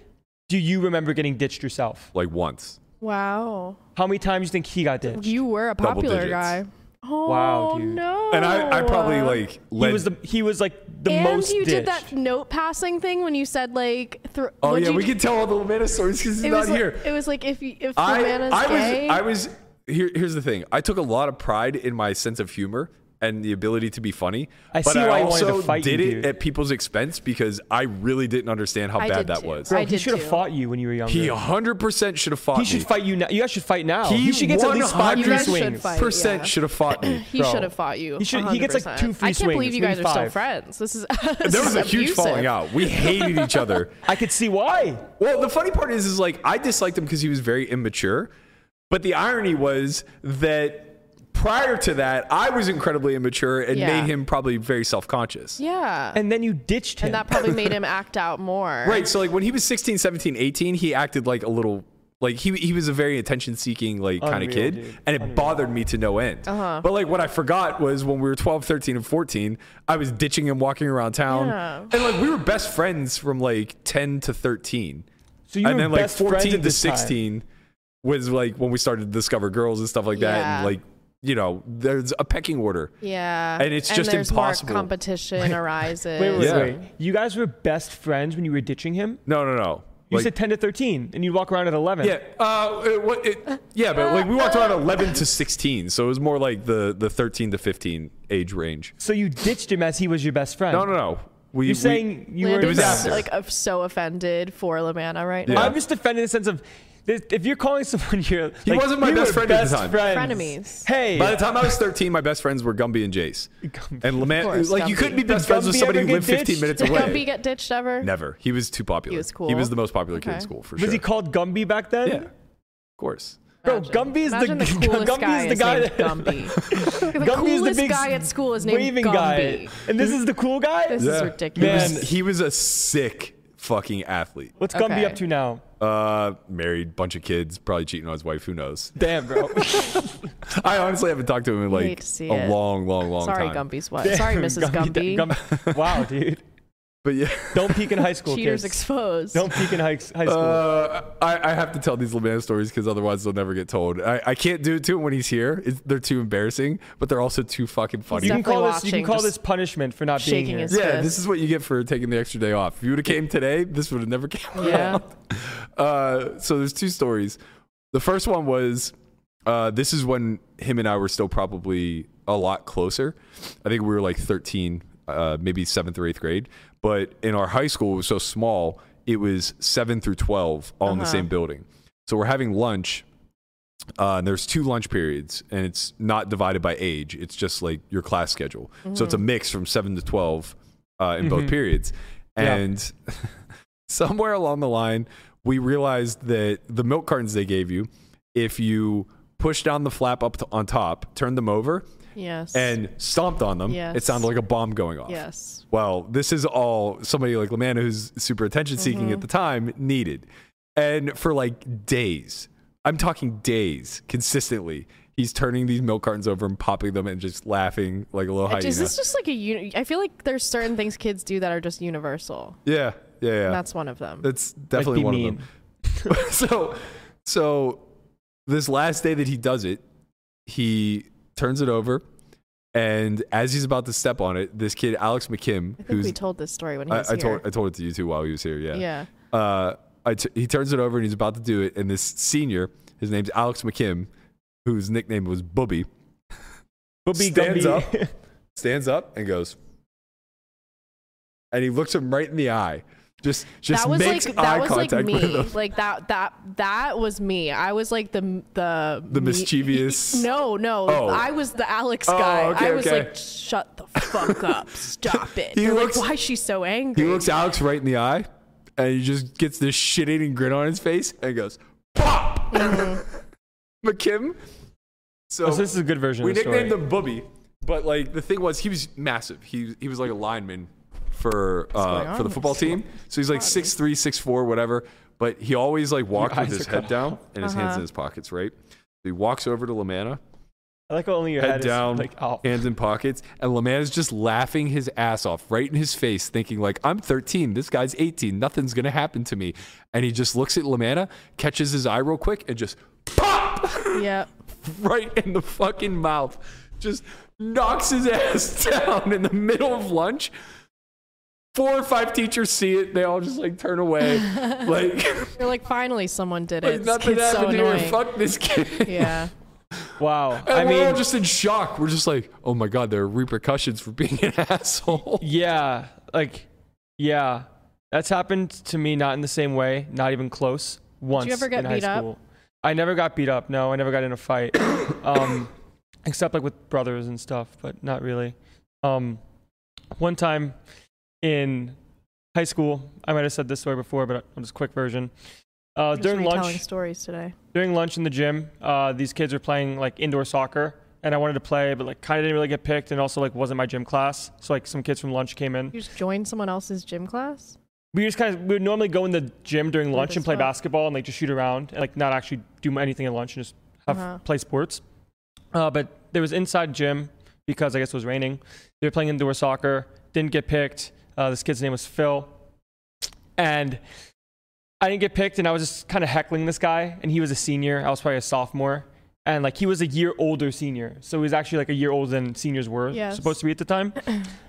do you remember getting ditched yourself?
Like once.
Wow,
How many times do you think he got ditched?
you were a
Double
popular
digits.
guy. Oh
Wow, dude.
no!
And I, I probably like
he
led
was the he was like the
and
most
you did
ditched.
that note passing thing when you said like. Th-
Oh
what'd
yeah,
you
we
do?
can tell all the Lamanna stories because he's
It
not
was
here.
Like, it was like if you, if
I,
Savannah's
I was
gay.
I was here here's the thing. I took a lot of pride in my sense of humor and the ability to be funny.
I
but
see why
I
you wanted to
also
fight you,
did it
dude.
at people's expense because I really didn't understand how
I
bad
did
that
too.
was.
Bro,
I
he
did
should have
too.
fought you when you were younger.
He 100% should have fought
He
me.
should fight you now. You guys should fight now.
He
He, should get at least five
100%
free
You guys should
swings.
fight.
percent
yeah.
should have fought me.
[clears throat] he
Bro.
should have fought you.
He should- he gets, like,
100%.
two free
I can't believe
swings,
you guys
maybe
are still
five.
friends. This is
[laughs]
[laughs]
There was a huge falling out. We hated each other.
I could see why.
Well, the funny part is, is like I disliked him because he was very immature. But the irony was that prior to that, I was incredibly immature and
Yeah.
made him probably very self-conscious.
Yeah,
And then you ditched him.
and that probably made him act out more.
Right. So like when he was 16, 17, 18, he acted like a little like he he was a very attention seeking like kind of
Unreal,
kid
dude.
and it bothered me to no end. Uh-huh. But like what I forgot was when we were 12, 13 and 14, I was ditching him walking around town.
Yeah.
And like we were best friends from like 10 to 13.
so you
and
were
then like
best friends
14
at
to
this time.
16 was like when we started to discover girls and stuff like that
Yeah.
and like you know, there's a pecking order.
Yeah.
And it's just
there's
impossible.
More competition arises.
Wait, wait,
Yeah.
wait. You guys were best friends when you were ditching him?
No, no, no.
You
Like-
said 10 to 13, and you walk around at 11.
Yeah, uh, it, what, it, yeah, but like we walked around 11 to 16, so it was more like the, the 13 to 15 age range.
So you ditched him as he was your best friend.
No, no, no. We,
You're
we-
saying you were
It was
Landon's,
after.
like of- so offended for Lamanna right
Yeah.
I'm just defending the sense of that if you're calling someone [laughs] your
He
like,
wasn't my
we
best
were
friend at the
best
time.
friends.
Frenemies.
Hey,
by the time I was 13, my best friends were Gumby and Jace.
Gumby.
And Laman,
Of course,
like you
Gumby.
couldn't be
Did
best friends with
Gumby
somebody
ever
who
get
lived 15
ditched?
minutes
Did
away.
Gumby get ditched ever?
Never. He was too popular.
was
He was
cool.
the most popular kid in
Okay.
school for
was
sure.
he called Gumby back then?
Yeah, of course.
Bro,
Imagine.
Gumby is the,
Imagine the
[laughs]
coolest
Gumby
guy
is the
is
guy
named
that [laughs]
Gumby. the
Gumby is the
coolest
big
guy at school is named
waving
Gumby.
guy, and this is the cool guy.
This is
He
ridiculous.
was-
Man.
he was a sick fucking athlete.
What's Gumby
Okay.
up to now?
Uh, married, bunch of kids, probably cheating on his wife. Who knows?
Damn, bro.
I honestly haven't talked to him in
hate
like
to
a
see it.
long, long, long
Sorry,
time.
[laughs]
Gumby's wife. Sorry, Mrs. Gumby.
Gumby. [laughs] Wow, dude.
But yeah, [laughs]
Don't peek in high school,
Cheaters
kids.
exposed.
Don't peek in high, high school.
uh, I, I have to tell these Leman stories because otherwise they'll never get told. I, I can't do it to him when he's here. It's, they're too embarrassing, but they're also too fucking funny.
you can
definitely
call this. You can
watching,
call
just
this punishment for not being
shaking
here.
his-
Yeah,
Yes.
this is what you get for taking the extra day off. If you would have came today, this would have never came.
Yeah.
[laughs] Uh, so there's two stories. The first one was uh, this is when him and I were still probably a lot closer. I think we were like 13, uh, maybe seventh or eighth grade. But in our high school, it was so small, it was seven through 12 all in the same building. So we're having lunch. Uh, and there's two lunch periods, and it's not divided by age. It's just like your class schedule. So
Mm-hmm.
it's a mix from seven to twelve uh, in both periods.
Yeah.
And [laughs] somewhere along the line, we realized that the milk cartons they gave you, if you push down the flap up to, on top, turned them over,
yes.
and stomped on them,
Yes.
it sounded like a bomb going off.
yes.
Well, this is all somebody like Lamanna, who's super attention seeking
Mm-hmm.
at the time, needed. And for like days, I'm talking days consistently, he's turning these milk cartons over and popping them and just laughing like a little hyena.
Is this just like a? Uni- I feel like there's certain things kids do that are just universal.
yeah, yeah, yeah.
And that's one of them.
That's definitely
be
one
mean.
of them. [laughs] so, so this last day that he does it, he turns it over, and as he's about to step on it, this kid Alex McKim,
I think
who's
we told this story when he
I,
was
I
here.
told I told it to you too while he was here. Yeah.
yeah.
Uh, I t- he turns it over and he's about to do it, and this senior, his name's Alex McKim, whose nickname was Booby,
Booby
stands
Gumby.
stands up and goes, and he looks him right in the eye. Just, just
that was
makes
like
eye
that was like
contact
me.
with him.
Like that that that was me. I was like the the
The mischievous-
[laughs] No, no.
Oh.
I was the Alex
Oh,
guy.
okay,
I was
okay.
like, shut the fuck up. Stop it.
[laughs] He
They're
looks-
like, why is she so angry?
He looks Alex right in the eye, and he just gets this shit-eating grin on his face, and goes, "Pop." [laughs]
Mm-hmm.
McKim. So
Oh, [laughs] so this is a good version
we
of the story.
nicknamed him Booby, but like the thing was, he was massive. He he was like a lineman for
going
uh, for
on
the
with
football
this
team. So he's like six three, six four, whatever. But he always like walked
Your
with
eyes
his
are
head
cut
down and his hands in his pockets, right? He walks over to Lamanna,
I like how only your
head,
head,
down,
Is, like, oh.
hands in pockets, and Lamanna's just laughing his ass off right in his face, thinking like, "I'm 13, this guy's 18, nothing's gonna happen to me." And he just looks at Lamanna, catches his eye real quick, and just pop [laughs]
Yep.
right in the fucking mouth, just knocks his [laughs] ass down in the middle of lunch. Four or five teachers see it, they all just like turn
[laughs]
away, like,
You're like, finally someone did
like
it. This
nothing
kid's so
happened here.
annoying.
Fuck this kid.
[laughs] Yeah.
Wow.
And
I
we're all
mean,
just in shock. We're just like, oh my god, there are repercussions for being an [laughs] asshole.
yeah. Like, yeah. That's happened to me, not in the same way, not even close. Once.
ever get
in high
beat up?
school. I never got beat up. No, I never got in
[coughs]
a fight. um, except like with brothers and stuff, but not really. Um, one time in high school, I might have said this story before, but I'll just quick version. Uh,
Just
during
retelling
lunch,
stories today.
during lunch in the gym, uh, these kids were playing like indoor soccer, and I wanted to play, but like kind of didn't really get picked, and also like wasn't my gym class. So like some kids from lunch came in.
You just joined someone else's gym class?
We just kind of we would normally go in the gym during lunch
as
and play
well.
basketball and like just shoot around and like not actually do anything at lunch and just have
Uh-huh.
play sports. Uh, but there was inside gym because I guess it was raining. They were playing indoor soccer. Didn't get picked. Uh, this kid's name was Phil, and I didn't get picked. And I was just kind of heckling this guy, and he was a senior. I was probably a sophomore, and like he was a year older senior, so he was actually like a year older than seniors were
Yes.
supposed to be at the time.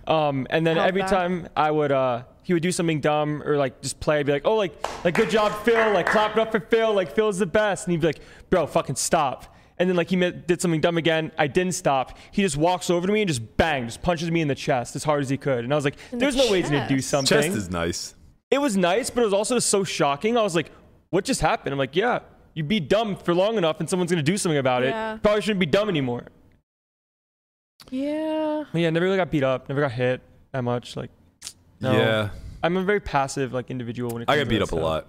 Um, and then
Held
every
back.
time I would, uh, he would do something dumb or like just play. I'd be like, oh, like, like good job, Phil. Like clap it up for Phil. Like Phil's the best. And he'd be like, bro, fucking stop. And then like he mi- did something dumb again. I didn't stop. He just walks over to me and just bang, just punches me in the chest as hard as he could. And I was like,
the
there's no way he's gonna do
chest.
something
Chest is nice.
it was nice, but it was also just so shocking. I was like, what just happened? I'm like, yeah, you'd be dumb for long enough and someone's going to do something about
Yeah.
it. Probably shouldn't be dumb anymore.
Yeah.
But yeah, never really got beat up, never got hit that much. Like, no.
Yeah,
I'm a very passive like individual when it comes
I
to
got beat
that
up a
stuff.
lot.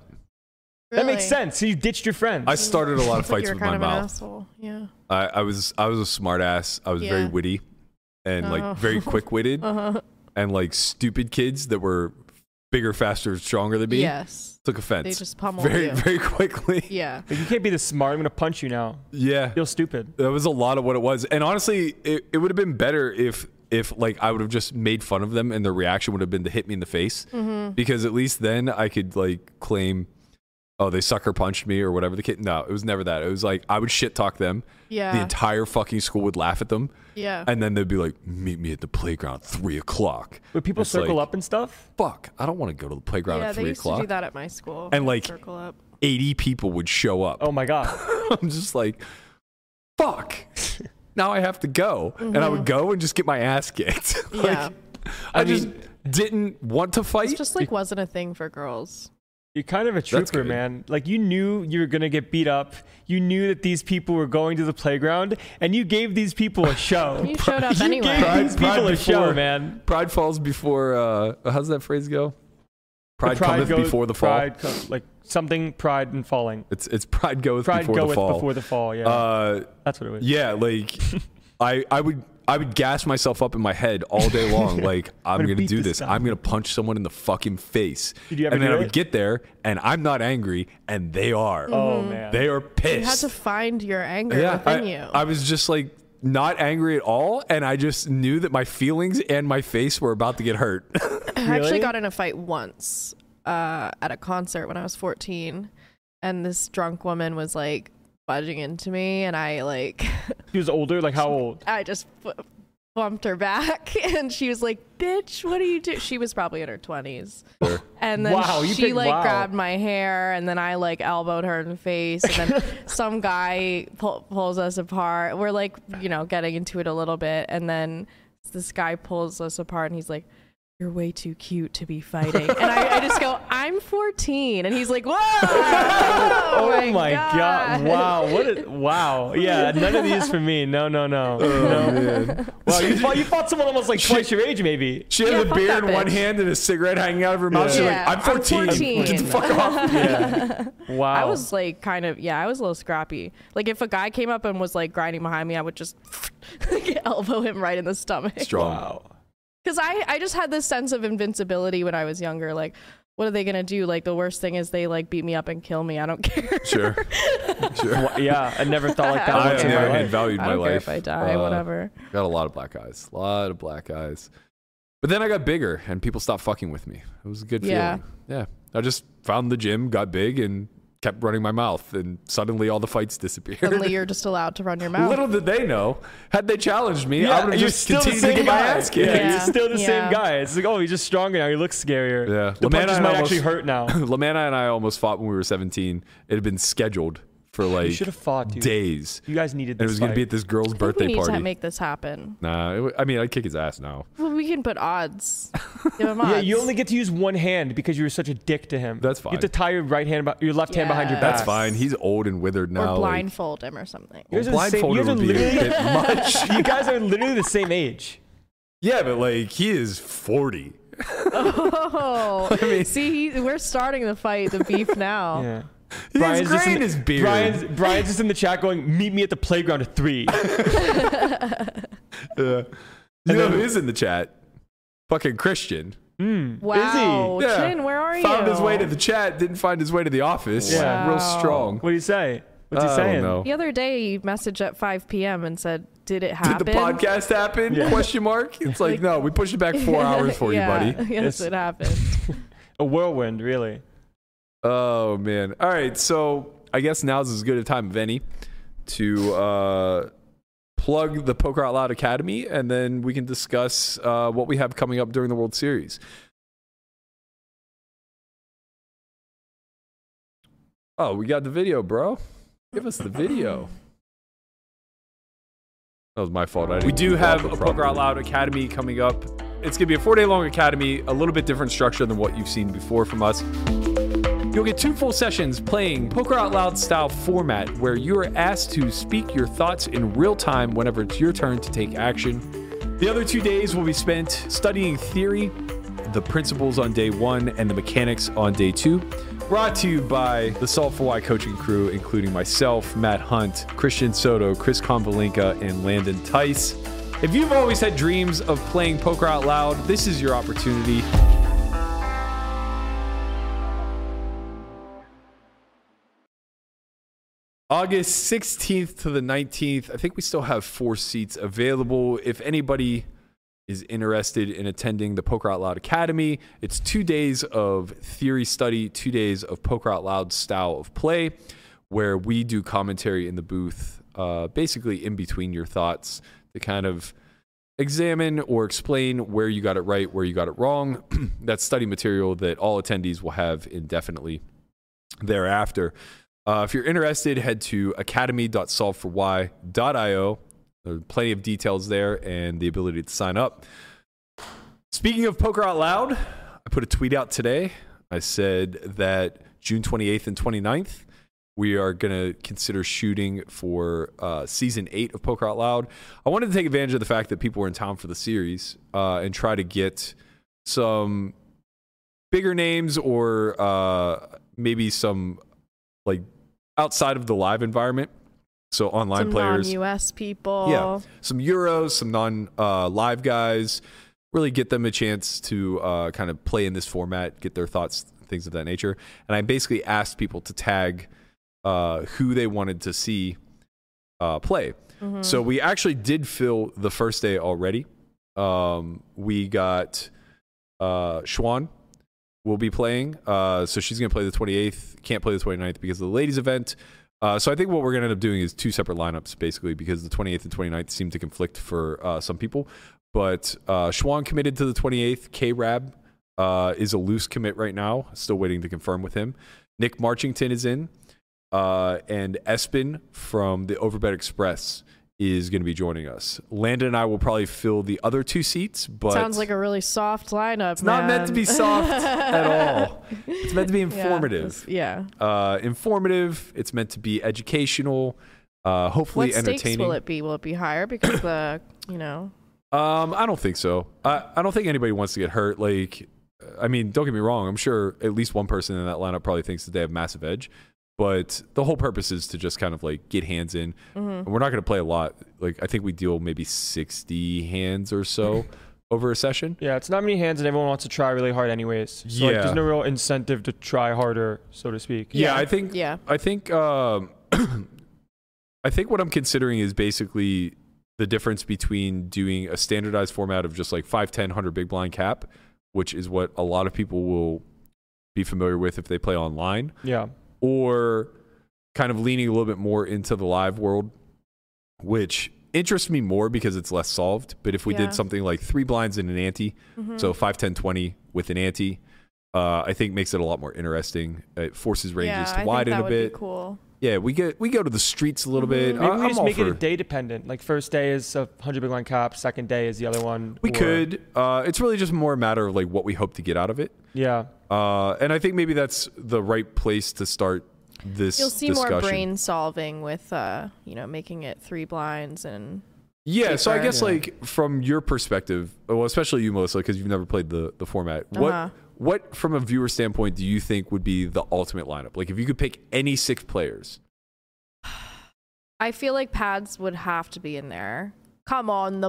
That makes sense. So you ditched your friends.
I started a lot of
Like
fights
you're
with
kind
my
of an
mouth.
asshole. Yeah.
I, I was I was a smart ass. I was very
Yeah.
witty and
Oh.
like
[laughs]
very quick witted
Uh-huh.
and like stupid kids that were bigger, faster, stronger than me
Yes.
took offense.
They just pummeled
very
you.
very quickly. [laughs]
Yeah.
like, you can't be this smart. I'm going to punch you now.
Yeah.
Feel stupid.
That was a lot of what it was. And honestly, it, it would have been better if if like I would have just made fun of them and their reaction would have been to hit me in the face.
Mm-hmm.
Because at least then I could like claim, oh, they sucker punched me or whatever the kid. No, it was never that. It was like I would shit talk them. The
Yeah.
entire fucking school would laugh at them.
Yeah.
And then they'd be like, meet me at the playground at three o'clock.
Would people
It's
circle
like,
up and stuff?
Fuck, I don't want to go to the playground
yeah,
at
they
three
used to do
o'clock.
that at my school.
And, like-
circle [laughs] up.
80 people would show up.
Oh my God.
[laughs] I'm just like, fuck. Now I have to go. And I
Mhm.
would go and just get my ass kicked. [laughs] like,
Yeah.
I,
I mean-
just didn't want to
It's
fight.
just like wasn't a thing for girls.
You're kind of a trooper,
good.
man. Like you knew you were gonna get beat up. You knew that these people were going to the playground, and you gave these people a show.
[laughs] You showed up
[laughs] You
anyway.
gave
Pride-
these people
pride
a show,
before-
man.
pride falls before, uh, how's that phrase go?
The
Pride, cometh
goes-
before the fall.
Pride co- like something. Pride and falling.
It's, it's pride goeth
Pride
before
goeth
the fall.
before the fall. Yeah,
uh,
that's what it was.
yeah,
[laughs]
like I, I would. I would gas myself up in my head all day
[laughs]
long, like I'm
gonna
gonna,
beat
do
this
this.
guy.
I'm gonna punch someone in the fucking face,
Did you ever
and then
do
I would
it?
get there, and I'm not angry, and they are.
Hmm.
Oh man.
They are pissed.
You had to find your anger
I,
within you.
I was just like not angry at all, and I just knew that my feelings and my face were about to get hurt.
I
Really?
actually got in a fight once uh, at a concert when I was 14, and this drunk woman was like budging into me, and I like
He was older. Like how old?
I just bu- bumped her back, [laughs] and she was like, "Bitch, what do you do?" She was probably in her 20s, and then
Wow, you
she
picked-
like
wow.
grabbed my hair, and then I like elbowed her in the face, and then some guy pull, pulls us apart. We're like, you know, getting into it a little bit, and then this guy pulls us apart, and he's like. You're way too cute to be fighting. And I, I just go, I'm 14. And he's like,
[laughs]
Whoa!
Oh,
oh
my god. Wow. What? A, [laughs] wow. Yeah. None of these for me. No. No. No.
Oh, [laughs]
no. Wow. Oh, You fought, you fought someone almost like twice your age, maybe.
She has
Yeah,
a
fuck
beer
that
in one
bitch.
hand and a cigarette hanging out of her mouth. She's
Yeah.
like, I'm
I'm
14.
14.
Get the fuck off.
Yeah. [laughs] Wow.
I was like kind of yeah, I was a little scrappy. Like if a guy came up and was like grinding behind me, I would just [laughs] like, elbow him right in the stomach.
Strong.
Wow.
Because I I just had this sense of invincibility when I was younger. Like, what are they gonna do? Like the worst thing is they like beat me up and kill me. I don't [laughs] care.
Sure. sure.
Wha- yeah, I never thought like that
I
once
have
in
never
my
had
life.
valued
I
my
don't care
life.
if I die,
Uh, [laughs]
whatever.
Got a lot of black eyes. A lot of black eyes. But then I got bigger and people stopped fucking with me. It was a good
Yeah.
feeling. Yeah. I just found the gym, got big, and kept running my mouth. And suddenly all the fights [laughs] disappeared.
Suddenly you're just allowed to run your mouth.
Little did they know, had they challenged me, I
Yeah,
would have
you're
just
still the
continued to
same
get my
guy.
ass
Yeah,
kicked.
you're still the same
Yeah.
guy. It's like, oh, he's just stronger now. He looks scarier.
Yeah.
the
Lamanna
punches
and
might
I
actually
almost- [laughs]
hurt now.
[laughs] Lamanna and I almost fought when we were 17. It had been scheduled for
You
like
should have fought, dude.
days.
You guys
And
needed this.
it was going to be at this girl's
I think we
birthday
need
party.
to make
[laughs]
this happen.
nah, it w- I mean, I'd kick his ass now.
Well, we can put
[laughs]
odds. Give him odds.
Yeah, you only get to use one hand because you were such a dick to him.
That's
You have to
fine.
tie your right hand, about, your left hand behind your back.
That's fine. He's old and withered
or
now. like-
blindfold him or something.
You guys are the same-
blindfolded
you guys
would
are
be a
literally-
bit
[laughs]
much.
you guys are literally the same age.
Yeah, but like he is 40.
Oh,
[laughs]
see, he, we're starting the fight, the beef now.
Yeah.
He's
just
gray
in-
in his beard.
Brian's, Brian's just in the chat going, "Meet me at the playground
[laughs]
at 3.
[laughs]
Uh, you know who is in the chat? Fucking Christian.
Hmm.
Wow,
Yeah.
Chin, where are you?
Found his way to the chat, didn't find his way to the office.
Yeah.
Real
Wow.
strong.
What do you say? What's he
I
saying?
don't know.
The other day, you messaged at 5 p.m. and said, "Did it
Did
happen?"
the podcast happen?
Yeah.
Question mark. It's like, no, we pushed it back
[laughs]
four hours for
[laughs]
you, buddy.
Yes,
It's-
it happened.
A whirlwind, really.
Oh man. All right. So I guess now's as good a time of any to uh, plug the Poker Out Loud Academy, and then we can discuss uh, what we have coming up during the World Series. Oh, we got the video, bro. Give us the video. That was my fault. I didn't
We do
drop
have
it
a Poker
properly.
Out Loud Academy coming up. It's going to be a four day long academy, a little bit different structure than what you've seen before from us. You'll get two full sessions playing Poker Out Loud style format where you are asked to speak your thoughts in real time whenever it's your turn to take action. The other two days will be spent studying theory, the principles on day one, and the mechanics on day two. Brought to you by the Salt for Y coaching crew, including myself, Matt Hunt, Christian Soto, Chris Convalinka, and Landon Tice. If you've always had dreams of playing poker out loud, this is your opportunity.
August 16th to the 19th. I think we still have four seats available. If anybody is interested in attending the Poker Out Loud Academy, it's two days of theory study, two days of Poker Out Loud style of play, where we do commentary in the booth, uh, basically in between your thoughts to kind of examine or explain where you got it right, where you got it wrong. [clears throat] That's study material that all attendees will have indefinitely thereafter. Uh, if you're interested, head to academy.solvefory.io. There are plenty of details there and the ability to sign up. Speaking of Poker Out Loud, I put a tweet out today. I said that June 28th and 29th, we are going to consider shooting for uh, season eight of Poker Out Loud. I wanted to take advantage of the fact that people were in town for the series uh, and try to get some bigger names or uh, maybe some like outside of the live environment. So online
Some
players,
non-US people.
yeah, some Euros, some non uh, live guys. Really get them a chance to uh, kind of play in this format, get their thoughts, things of that nature. And I basically asked people to tag uh, who they wanted to see uh, play. So we actually did fill the first day already. Um, we got uh, Schwan will be playing. Uh, so she's going to play the 28th. Can't play the 29th because of the ladies' event. Uh, so I think what we're going to end up doing is two separate lineups, basically, because the 28th and 29th seem to conflict for uh, some people. But uh, Schwan committed to the 28th. K Rab uh, is a loose commit right now. Still waiting to confirm with him. Nick Marchington is in. Uh, and Espin from the Overbet Express is going to be joining us. Landon and I will probably fill the other two seats, but
Sounds like a really soft lineup.
it's not meant to
[laughs]
be soft at all. It's meant to be informative.
Yeah.
Uh, informative. It's meant to be educational. Uh, hopefully
What stakes
entertaining.
will it be? Will it be higher because the you know
Um, I don't think so. I, I don't think anybody wants to get hurt. Like, I mean, don't get me wrong. I'm sure at least one person in that lineup probably thinks that they have massive edge. But the whole purpose is to just kind of like get hands in.
Mm-hmm.
And we're not going to play a lot. Like, I think we deal maybe 60 hands or
[laughs]
so over a session.
Yeah, it's not many hands, and everyone wants to try really hard, anyways. So like,
Yeah.
there's no real incentive to try harder, so to speak.
yeah,
Yeah.
I think
Yeah.
I think um, [coughs] I think what I'm considering is basically the difference between doing a standardized format of just like 5 10 100 big blind cap, which is what a lot of people will be familiar with if they play online
Yeah.
or kind of leaning a little bit more into the live world, which interests me more because it's less solved. But if we
Yeah. Mm-hmm.
did something like three blinds and an ante, so 5, 10, 20 with an ante, uh, I think makes it a lot more interesting. It forces
yeah,
ranges
I
to
think
widen
that
a
would
bit.
Be cool. Mm-hmm.
Yeah, we get we go to the streets a little bit.
Maybe
I,
we
I'm
just
all
make it
for
a day dependent. Like first day is a hundred big line cap, second day is the other one.
We
or-
could. Uh, it's really just more a matter of like what we hope to get out of it.
Yeah.
Uh, and I think maybe that's the right place to start this
You'll see
discussion.
more brain solving with uh you know making it three blinds and
Yeah, so I
deeper.
guess like from your perspective, well, especially you, Melissa, because you've never played the the format.
Uh-huh.
What what from a viewer standpoint do you think would be the ultimate lineup? Like if you could pick any six players,
I feel like pads would have to be in there. Come on, the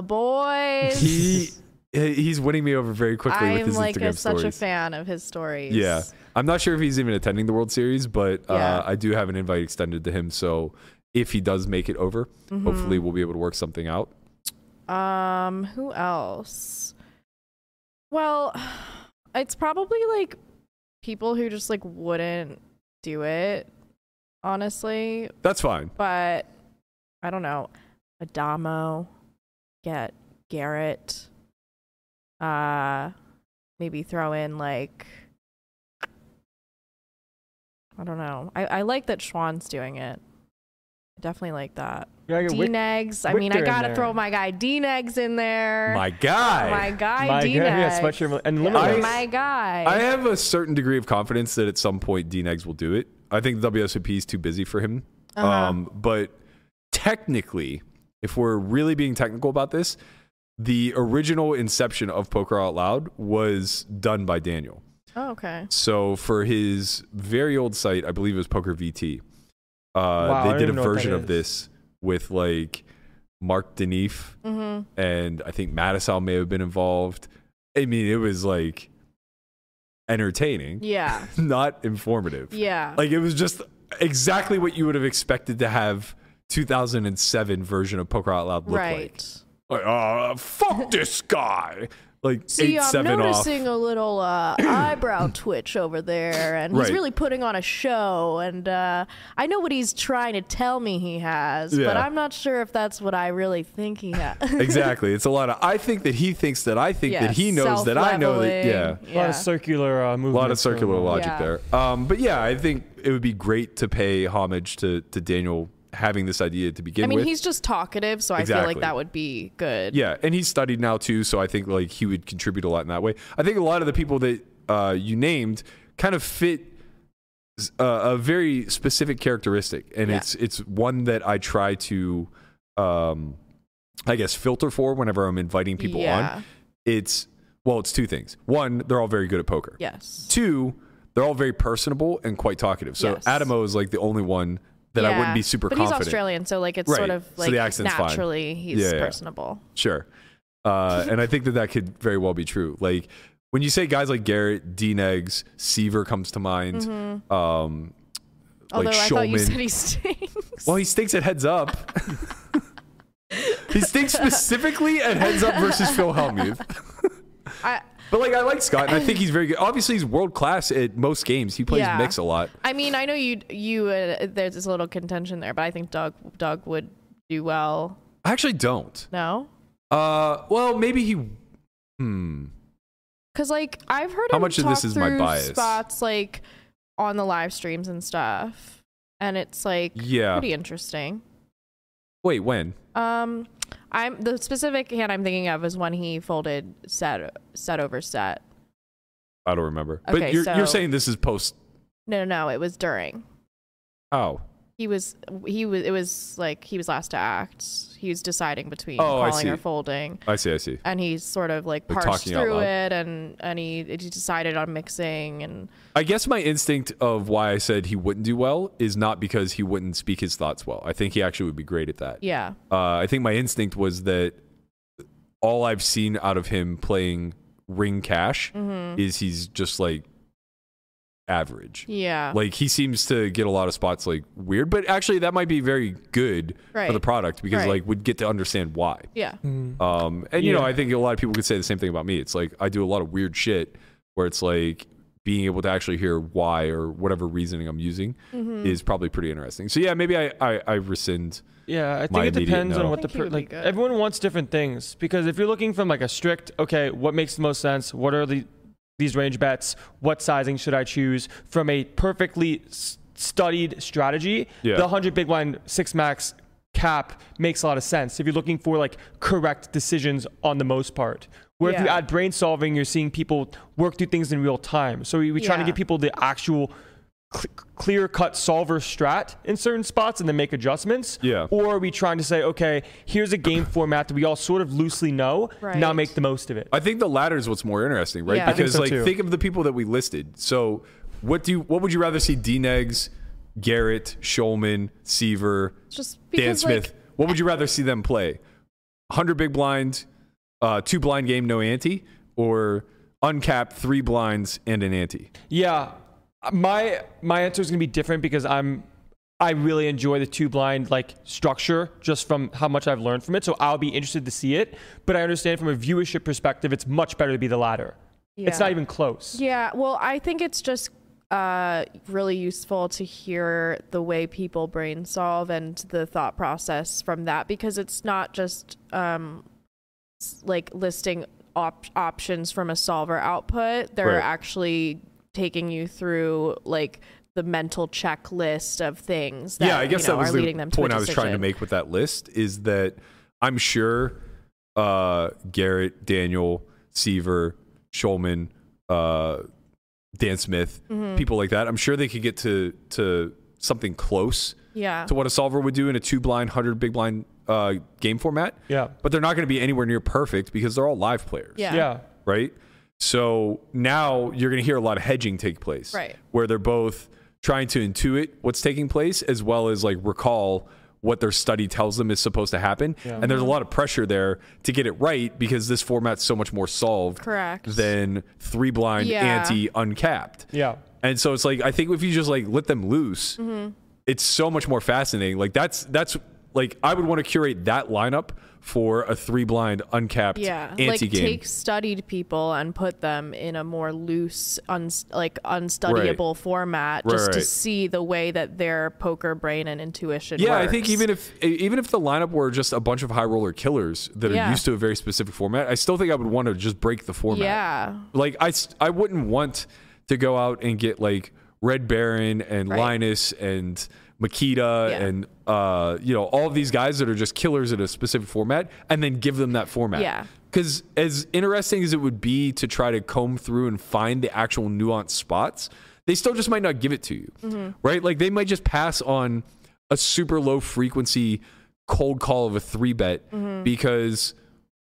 [laughs]
boys.
he he's winning me over very quickly with
I'm
his
like
Instagram
a, such
stories.
a fan of his stories.
Yeah, I'm not sure if he's even attending the World Series, but
Yeah.
uh, I do have an invite extended to him. So if he does make it over, hopefully we'll be able to work something out.
Mm-hmm. Um, who else? Well, [sighs] it's probably like people who just like wouldn't do it, honestly.
That's fine.
But I don't know. Adamo, get Garrett. Uh, maybe throw in like I I don't know. I, I like that Schwann's doing it. I definitely like that.
Yeah, I get
D
Wick-
Negs. I mean, I
Richter in
gotta
there.
throw my guy D Negs in there.
My guy.
Oh my guy
My
D
God,
Negs.
yeah, sweatshirt and
I-
Limericks.
my guy.
I have a certain degree of confidence that at some point Dnegs will do it. I think WSOP is too busy for him. Um, but technically, if we're really being technical about this, the original inception of Poker Out Loud was done by Daniel.
oh, okay.
So for his very old site, I believe it was Poker VT. Uh,
I don't
they did a
even know what that
version of
is.
this with like Mark Denif
Mm-hmm.
and I think Mattisal may have been involved. I mean, it was like entertaining,
Yeah.
[laughs] not informative.
Yeah.
Like it was just exactly what you would have expected to have 2007 version of Poker Out Loud look
right.
like. Like, uh, fuck this guy. Like
See,
eight
I'm
seven off.
noticing a
[clears throat]
little uh, eyebrow twitch over there, and
Right.
he's really putting on a show. And uh, I know what he's trying to tell me he has, but
Yeah.
I'm not sure if that's what I really think he has.
exactly. It's a lot of I think that he thinks that I think
[laughs]
that he knows that I know that. Yeah.
self-leveling.
A lot of circular uh, movement.
A lot of circular logic
Yeah.
there. Um, but yeah, I think it would be great to pay homage to, to Daniel having this idea to begin
I mean,
with.
he's just talkative, so I feel
Exactly.
like that would be good.
yeah, and he's studied now too, so I think like he would contribute a lot in that way. I think a lot of the people that uh, you named kind of fit a, a very specific characteristic, and
Yeah.
it's it's one that I try to, um, I guess, filter for whenever I'm inviting people
Yeah.
on. It's well, it's two things. One, they're all very good at poker.
Yes.
Two, they're all very personable and quite talkative. So
Yes.
Adamo is like the only one that I
Yeah.
wouldn't be super
but
confident.
he's Australian, so like it's
Right.
sort of
So
like
the accent's fine.
naturally he's
Yeah, yeah.
personable.
Sure. Uh, and I think that that could very well be true. Like when you say guys like Garrett, D Negs, Seaver comes to mind.
Mm-hmm.
Um, like
Although I thought you
Shulman.
said he stinks.
well, he stinks at heads up. he stinks specifically at heads up versus Phil Hellmuth.
I,
But like I like Scott, and I think he's very good. Obviously, he's world class at most games. He plays
Yeah.
mix a lot.
I mean, I know you you uh, there's this little contention there, but I think Doug Doug would do well.
I actually don't.
No,
Uh, well, maybe he. Hmm.
because like I've heard
How
him
much of
talk
this is my
through
bias?
spots like on the live streams and stuff, and it's like
Yeah.
pretty interesting.
Wait, when?
Um, I'm the specific hand I'm thinking of is when he folded set set over set.
I don't remember. but
Okay,
you're, you're
so-
saying this is post.
No, no, no, it was during.
Oh.
He was he was it was like he was last to act. He was deciding between
Oh, I
calling or
see.
folding.
I see. I see.
and he sort of like
Like
parsed
talking out
through
loud.
it and and he, he decided on mixing and
I guess my instinct of why I said he wouldn't do well is not because he wouldn't speak his thoughts well. I think he actually would be great at that.
yeah
Uh, I think my instinct was that all I've seen out of him playing ring cash is he's just like average.
Mm-hmm. yeah
Like he seems to get a lot of spots like weird, but actually that might be very good for the
Right.
product because
Right.
like we'd get to understand why.
yeah
Hmm.
Um, and you know,
Yeah.
I think a lot of people could say the same thing about me. It's like I do a lot of weird shit where it's like being able to actually hear why or whatever reasoning I'm using
Mm-hmm.
is probably pretty interesting. So yeah, maybe I I, I rescind.
Yeah,
My
I think it
immediate
depends
no.
on what the
think he
per-
would be
like.
good.
Everyone wants different things because if you're looking from like a strict, okay, what makes the most sense? What are the these range bets? What sizing should I choose? From a perfectly s- studied strategy,
Yeah.
the hundred big blind six max cap makes a lot of sense. If you're looking for like correct decisions on the most part, where if you
Yeah.
add brain solving, you're seeing people work through things in real time. So we, we try to
Yeah.
give people the actual clear cut solver strat in certain spots and then make adjustments?
Yeah.
Or are we trying to say, okay, here's a game format that we all sort of loosely know, now
Right.
make the most of it?
I think the latter is what's more interesting, right?
Yeah. I think
Because
so,
like
too.
think of the people that we listed. So what do you, what would you rather see? Dnegs, Garrett, Shulman, Seaver,
just
Dan
because
Smith.
like
what would you rather see them play? 100 big blind, uh, two blind game, no ante, or uncapped three blinds and an ante?
Yeah. My my answer is going to be different because I'm I really enjoy the two blind like structure just from how much I've learned from it. So I'll be interested to see it, but I understand from a viewership perspective it's much better to be the latter. It's
Yeah.
not even close.
yeah well I think it's just uh really useful to hear the way people brain solve and the thought process from that because it's not just um s- like listing op- options from a solver output they're
Right.
actually taking you through like the mental checklist of things that
yeah, I guess
you know,
that was
are
the
leading them to
point
a
I was trying to
decision.
make with that list is that I'm sure uh, Garrett, Daniel, Seaver, Shulman, uh, Dan Smith,
Mm-hmm.
people like that. I'm sure they could get to to something close
Yeah.
to what a solver would do in a two blind, hundred big blind uh, game format.
Yeah.
but they're not going to be anywhere near perfect because they're all live players
yeah.
Yeah.
right? So now you're going to hear a lot of hedging take place,
Right.
Where they're both trying to intuit what's taking place as well as like recall what their study tells them is supposed to happen. And there's a lot of pressure there to get it right because this format's so much more solved
Correct.
than three blind
Yeah.
anti uncapped.
Yeah.
And so it's like I think if you just like let them loose,
Mm-hmm.
it's so much more fascinating. Like that's that's like I would want to curate that lineup for a three blind uncapped
Yeah,
anti
like
game.
take studied people and put them in a more loose, uns like unstudyable format,
Right,
just to
right.
see the way that their poker brain and intuition.
Yeah,
works.
I think even if e, even if the lineup were just a bunch of high roller killers that are
Yeah.
used to a very specific format, I still think I would want to just break the format.
yeah,
Like I s- I wouldn't want to go out and get like Red Baron and
Right.
Linus and Makita
Yeah.
and uh you know all of these guys that are just killers in a specific format and then give them that format.
Yeah.
Cuz as interesting as it would be to try to comb through and find the actual nuanced spots, they still just might not give it to you. Right? Like they might just pass on a super low frequency cold call of a 3 bet because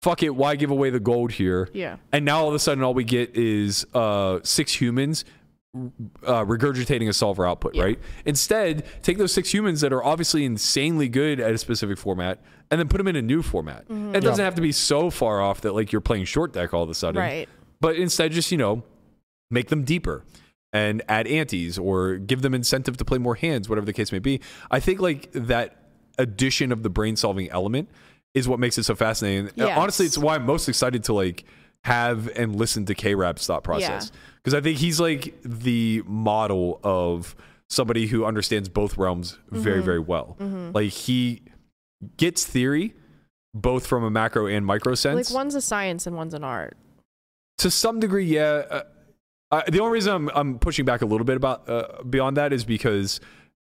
fuck it, why give away the gold here?
Yeah.
And now all of a sudden, all we get is uh, six humans uh, regurgitating a solver output, right? Instead, take those six humans that are obviously insanely good at a specific format and then put them in a new format.
Mm-hmm.
It doesn't have to be so far off that like you're playing short deck all of a sudden,
Right.
But instead, just you know, make them deeper and add antes or give them incentive to play more hands, whatever the case may be. I think like that addition of the brain solving element is what makes it so fascinating. And
Yes.
Honestly, it's why I'm most excited to like have and listen to K Rap's thought process. Because I think he's like the model of somebody who understands both realms very, very well. Like he gets theory both from a macro and micro sense
like one's a science and one's an art.
to some degree, yeah. Uh, I, the only reason I'm, I'm pushing back a little bit about uh, beyond that is because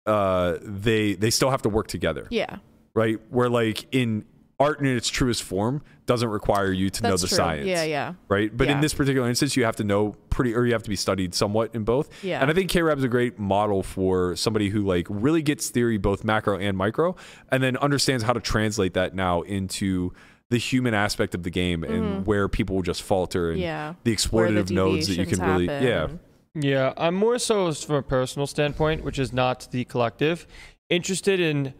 uh, they they still have to work together,
Yeah,
right? Where like in art in its truest form doesn't require you to know
that's
the
true.
science,
Yeah, yeah,
right? But in
Yeah.
this particular instance, you have to know pretty, or you have to be studied somewhat in both.
Yeah.
And I think K-Rab's a great model for somebody who like really gets theory both macro and micro, and then understands how to translate that now into the human aspect of the game and where people will just falter and
Mm-hmm. Yeah.
the
Where the
exploitative nodes that you can
deviations
really,
happen.
yeah,
Yeah, I'm more so from a personal standpoint, which is not the collective, interested in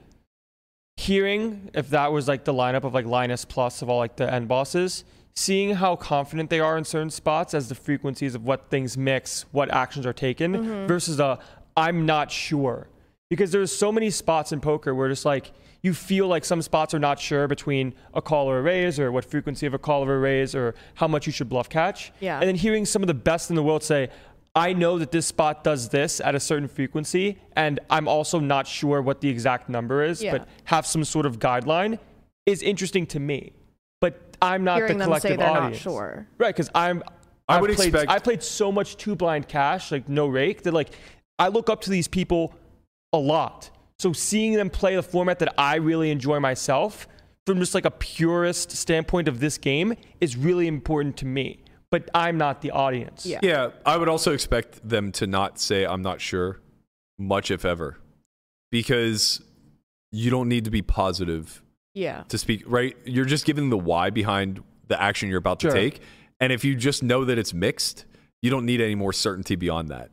hearing if that was like the lineup of like Linus plus of all like the end bosses, seeing how confident they are in certain spots as the frequencies of what things mix, what actions are taken versus a I'm not sure. Because there's so many spots in poker where just like you feel like some spots are not sure between a call or a raise or what frequency of a call or a raise or how much you should bluff catch.
Yeah.
And then hearing some of the best in the world say, I know that this spot does this at a certain frequency, and I'm also not sure what the exact number is,
Yeah.
but have some sort of guideline is interesting to me. But I'm not
hearing
the
them say
collective
they're
audience.
not sure.
Right, because I'm
I
I've
would
played,
expect-
I played so much two blind cash, like no rake, that like I look up to these people a lot. So seeing them play the format that I really enjoy myself, from just like a purist standpoint of this game, is really important to me. But I'm not the audience.
Yeah.
yeah. I would also expect them to not say I'm not sure, much if ever, because you don't need to be positive
Yeah,
to speak right you're just giving the why behind the action you're about to
Sure.
take and if you just know that it's mixed you don't need any more certainty beyond that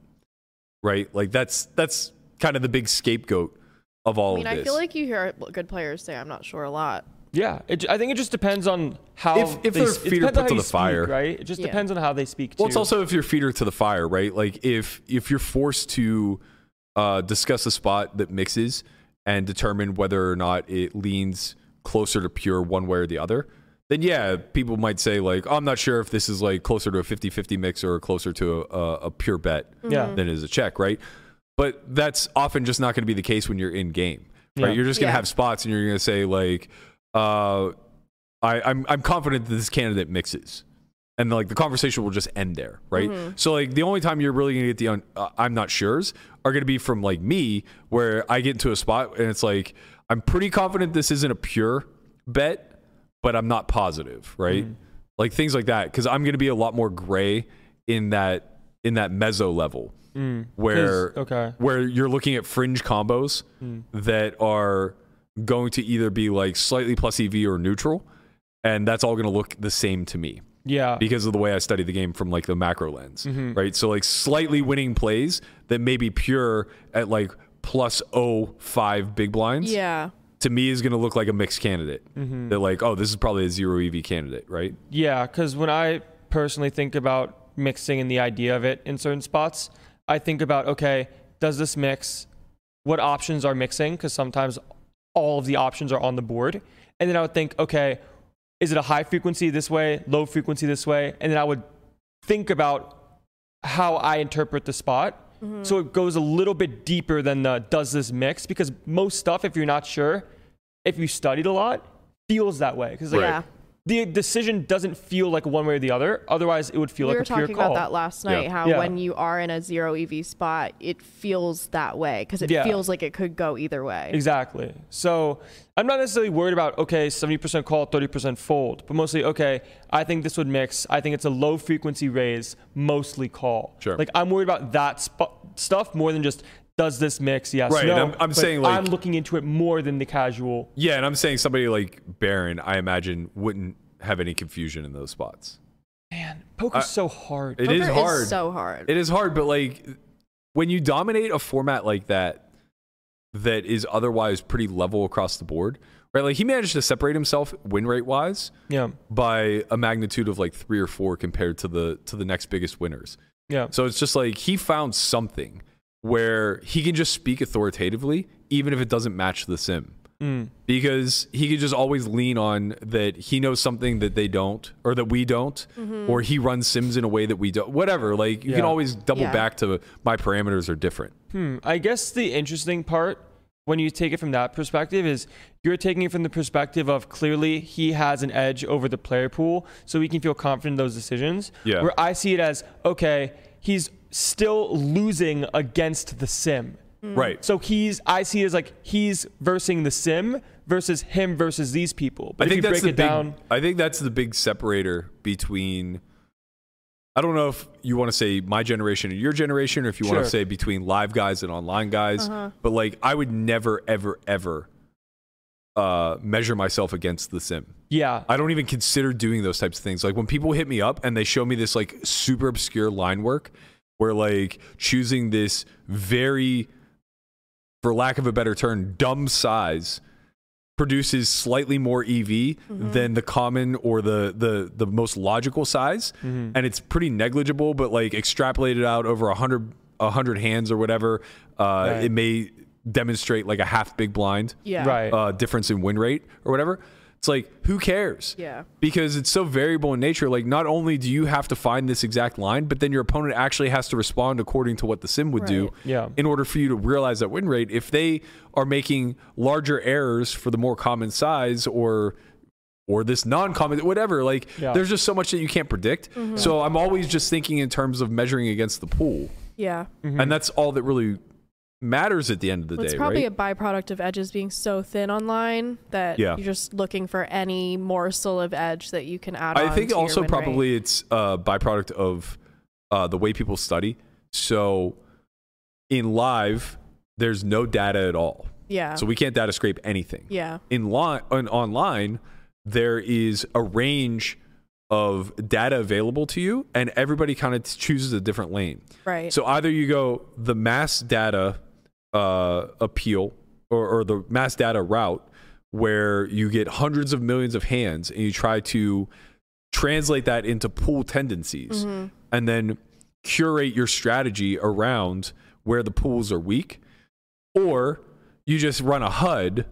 right like that's that's kind of the big scapegoat of all
I mean,
of
I
this
feel like you hear good players say, "I'm not sure" a lot.
Yeah, it, ju- I think it just depends on how
If- if
they
their
s- it
feet are
depends on
put
how
to
you
the fire.
speak, right? It just
Yeah.
depends on how they speak.
well it's
too.
also if you're feeder to the fire right like if if you're forced to uh, discuss a spot that mixes and determine whether or not it leans closer to pure one way or the other then yeah people might say like "Oh, i'm not sure if this is like closer to a 50-50 mix or closer to a, a, a pure bet
Yeah.
than it is a check right but that's often just not going to be the case when you're in game right
Yeah.
you're just going to
Yeah.
have spots and you're going to say like uh, I, I'm, I'm confident that this candidate mixes and like the conversation will just end there, right? So like the only time you're really gonna get the un- uh, I'm not sure's are gonna be from like me, where I get into a spot and it's like I'm pretty confident this isn't a pure bet, but I'm not positive,
Mm-hmm.
right? Like things like that, because I'm gonna be a lot more gray in that in that mezzo level where
Mm. 'Cause- okay. Mm.
where you're looking at fringe combos that are going to either be like slightly plus EV or neutral, and that's all going to look the same to me
Yeah. Mm-hmm.
because of the way I study the game from like the macro lens, right? So like slightly winning plays that may be pure at like plus 05 big blinds
Yeah.
to me is going to look like a mixed candidate. They're like, oh, this is probably a zero EV candidate, right?
Yeah, because when I personally think about mixing and the idea of it in certain spots, I think about okay, does this mix? What options are mixing? Because sometimes all of the options are on the board, and then I would think, okay, is it a high frequency this way, low frequency this way, and then I would think about how I interpret the spot. So it goes a little bit deeper than the does this mix because most stuff, if you're not sure, if you studied a lot, feels that way because like
Yeah.
the decision doesn't feel like one way or the other. Otherwise, it would feel
we
like
were
a pure
talking
call.
about that last night
Yeah.
how
Yeah.
when you are in a zero ev spot it feels that way because it
Yeah.
feels like it could go either way
Exactly. So I'm not necessarily worried about okay, 70% call, 30% fold, but mostly okay. I think this would mix. I think it's a low frequency raise, mostly call.
Sure.
Like I'm worried about that sp- stuff more than just does this mix? Yes.
Right, and
No.
I'm- I'm
But
saying, like-
I'm looking into it more than the casual.
Yeah, and I'm saying somebody like Baron, I imagine, wouldn't have any confusion in those spots.
Man, poker's so hard.
It
Poker
is hard.
so hard
It is hard, but like when you dominate a format like that, that is otherwise pretty level across the board, right? Like he managed to separate himself win rate wise
yeah.
by a magnitude of like three or four compared to the to the next biggest winners.
Yeah.
So it's just like he found something where he can just speak authoritatively, even if it doesn't match the sim. Because he can just always lean on that he knows something that they don't, or that we don't, or he runs sims in a way that we don't. Whatever. Like you
Yeah.
can always double
Yeah.
back to my parameters are different.
Hmm, I guess the interesting part when you take it from that perspective is you're taking it from the perspective of clearly he has an edge over the player pool, so we can feel confident in those decisions.
Yeah.
Where I see it as okay, he's still losing against the sim.
Right.
So he's I see it as like he's versing the sim versus him versus these people. But
I
if
think
you
that's
break
the
it
big,
down,
I think that's the big separator between. I don't know if you want to say my generation or your generation, or if you want to
Sure. Uh-huh.
say between live guys and online guys. But like, I would never, ever, ever uh, measure myself against the sim.
yeah.
I don't even consider doing those types of things. Like when people hit me up and they show me this like super obscure line work where like choosing this very for lack of a better term dumb size produces slightly more EV than the common or the the the most logical size and it's pretty negligible but like extrapolated out over a 100 a 100 hands or whatever uh it may demonstrate like a half big blind
yeah
Right.
uh, difference in win rate or whatever. It's like who cares?
Yeah.
Because it's so variable in nature. Like not only do you have to find this exact line, but then your opponent actually has to respond according to what the sim would do
Right.
Yeah.
in order for you to realize that win rate. If they are making larger errors for the more common size or or this non-common whatever like
Yeah.
there's just so much that you can't predict
Mm-hmm.
so i'm always just thinking in terms of measuring against the pool
yeah
Mm-hmm.
and that's all that really matters at the end of the
Well, it's
day
probably
right
a byproduct of edges being so thin online that
Yeah.
you're just looking for any morsel of edge that you can add.
I
on
think
to your
also
win rate.
probably it's a byproduct of uh, the way people study. So in live, there's no data at all.
yeah,
So we can't data scrape anything.
Oh. yeah,
In line, on, online, there is a range of data available to you, and everybody kind of chooses a different lane.
right.
So either you go the mass data uh, appeal or, or the mass data route, where you get hundreds of millions of hands and you try to translate that into pool tendencies
Mm-hmm.
and then curate your strategy around where the pools are weak, or you just run a HUD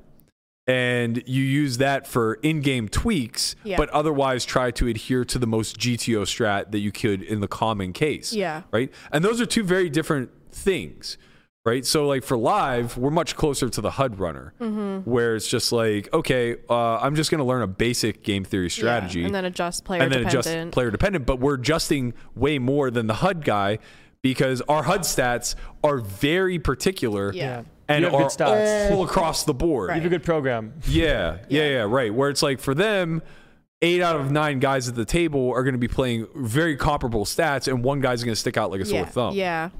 and you use that for in-game tweaks
Yeah.
but otherwise try to adhere to the most gto strat that you could in the common case
Yeah.
right? And those are two very different things, right? So like for live, we're much closer to the HUD runner,
Mm-hmm.
where it's just like, okay, uh, I'm just going to learn a basic game theory strategy
and then adjust player
and then
dependent.
adjust player dependent. But we're adjusting way more than the HUD guy because our HUD stats are very particular
Yeah. Yeah.
and
You have good
are
stats.
all across the board.
You have a good program.
Yeah, yeah, yeah, right. Where it's like for them, eight out of nine guys at the table are going to be playing very comparable stats, and one guy's going to stick out like a
yeah.
sore thumb.
Yeah.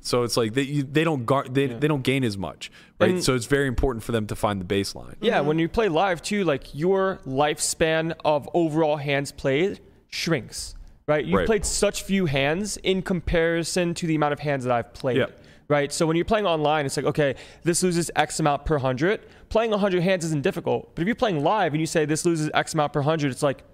So it's like they you, they don't gar- they, they don't gain as much, right? so it's very important for them to find the baseline.
Yeah, when you play live too, like your lifespan of overall hands played shrinks, right? You
Right.
played such few hands in comparison to the amount of hands that I've played,
Yeah.
right? So when you're playing online, it's like, okay, this loses X amount per hundred. Playing 100 hands isn't difficult, but if you're playing live and you say this loses X amount per hundred, it's like,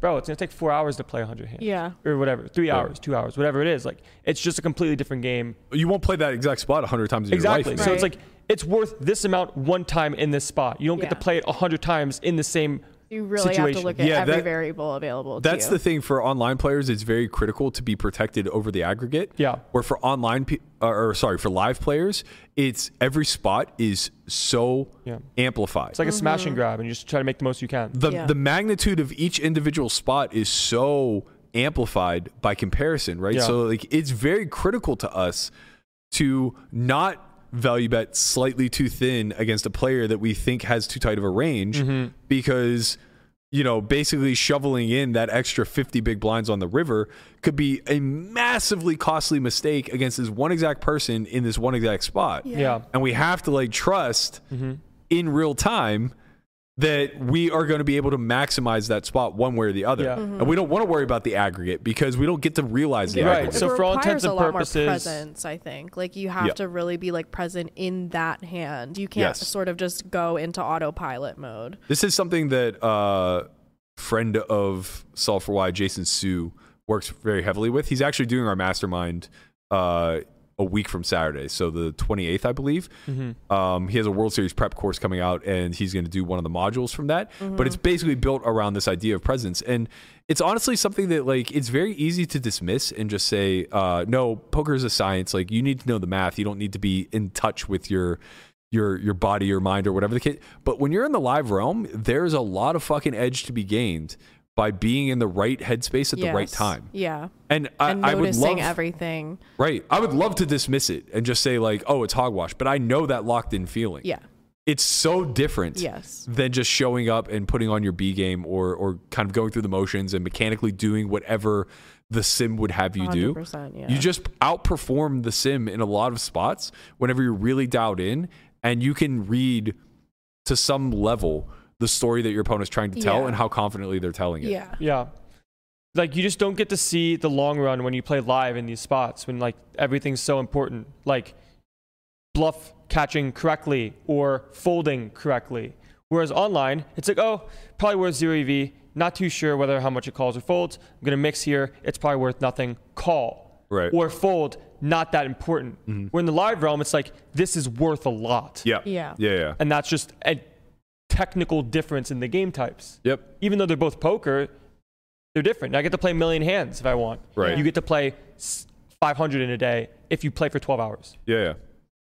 bro, it's gonna take four hours to play 100 hands,
Yeah.
or whatever, three hours, two hours, whatever it is. Like, it's just a completely different game
You won't play that exact spot hundred times in
Exactly.
your life.
So it's
Right.
like it's worth this amount one time in this spot. You don't get to
Yeah.
play it a hundred times in the same.
You really
situation.
have to look at
Yeah,
every
that-
variable available.
That's
to
the thing for online players. It's very critical to be protected over the aggregate.
Yeah.
Where for online, pe- uh, or, or sorry, for live players, it's every spot is so
Yeah.
amplified.
It's like a smash
Mm-hmm.
and grab, and you just try to make the most you can.
the
Yeah.
the magnitude of each individual spot is so amplified by comparison, right?
Yeah.
So like it's very critical to us to not value bet slightly too thin against a player that we think has too tight of a range because you know basically shoveling in that extra 50 big blinds on the river could be a massively costly mistake against this one exact person in this one exact spot
yeah. Mm-hmm.
and we have to like trust in real time that we are going to be able to maximize that spot one way or the other
Yeah.
and we don't want to worry about the aggregate because we don't get to realize the
Right.
aggregate
So
it
for all
requires
intents and
a lot
purposes-
more presence. I think like you have
Yeah.
to really be like present in that hand. You can't
Yes.
sort of just go into autopilot mode.
this is something that uh friend of solve for why jason sue works very heavily with he's actually doing our mastermind uh a week from Saturday, so the 28th, I believe. Um, he has a World Series prep course coming out, and he's going to do one of the modules from that. But it's basically built around this idea of presence, and it's honestly something that like it's very easy to dismiss and just say, uh, "No, poker is a science. Like you need to know the math. You don't need to be in touch with your your your body, your mind, or whatever the case." But when you're in the live realm, there's a lot of fucking edge to be gained by being in the right headspace at the right
Yes.
time.
Yeah.
And I,
and
I would love
noticing everything.
Right. I would love to dismiss it and just say like, "Oh, it's hogwash," but I know that locked in feeling.
Yeah.
It's so different
Yes.
than just showing up and putting on your B game or or kind of going through the motions and mechanically doing whatever the sim would have you do.
100%, yeah.
You just outperform the sim in a lot of spots whenever you're really dialed in and you can read to some level the story that your opponent's trying to tell
Yeah.
and how confidently they're telling it.
Yeah.
Yeah. Like you just don't get to see the long run when you play live in these spots when like everything's so important. Like bluff catching correctly or folding correctly. Whereas online, it's like, oh, probably worth zero EV. Not too sure whether how much it calls or folds. I'm gonna mix here. It's probably worth nothing. Call
Right. Mm-hmm.
or fold. Not that important. Where in the live realm, it's like this is worth a lot.
Yeah.
Yeah.
Yeah. yeah.
And that's just a technical difference in the game types
Yep.
even though they're both poker, they're different. I get to play a million hands if I want.
Right.
You get to play s- 500 in a day if you play for 12 hours.
Yeah. Yeah.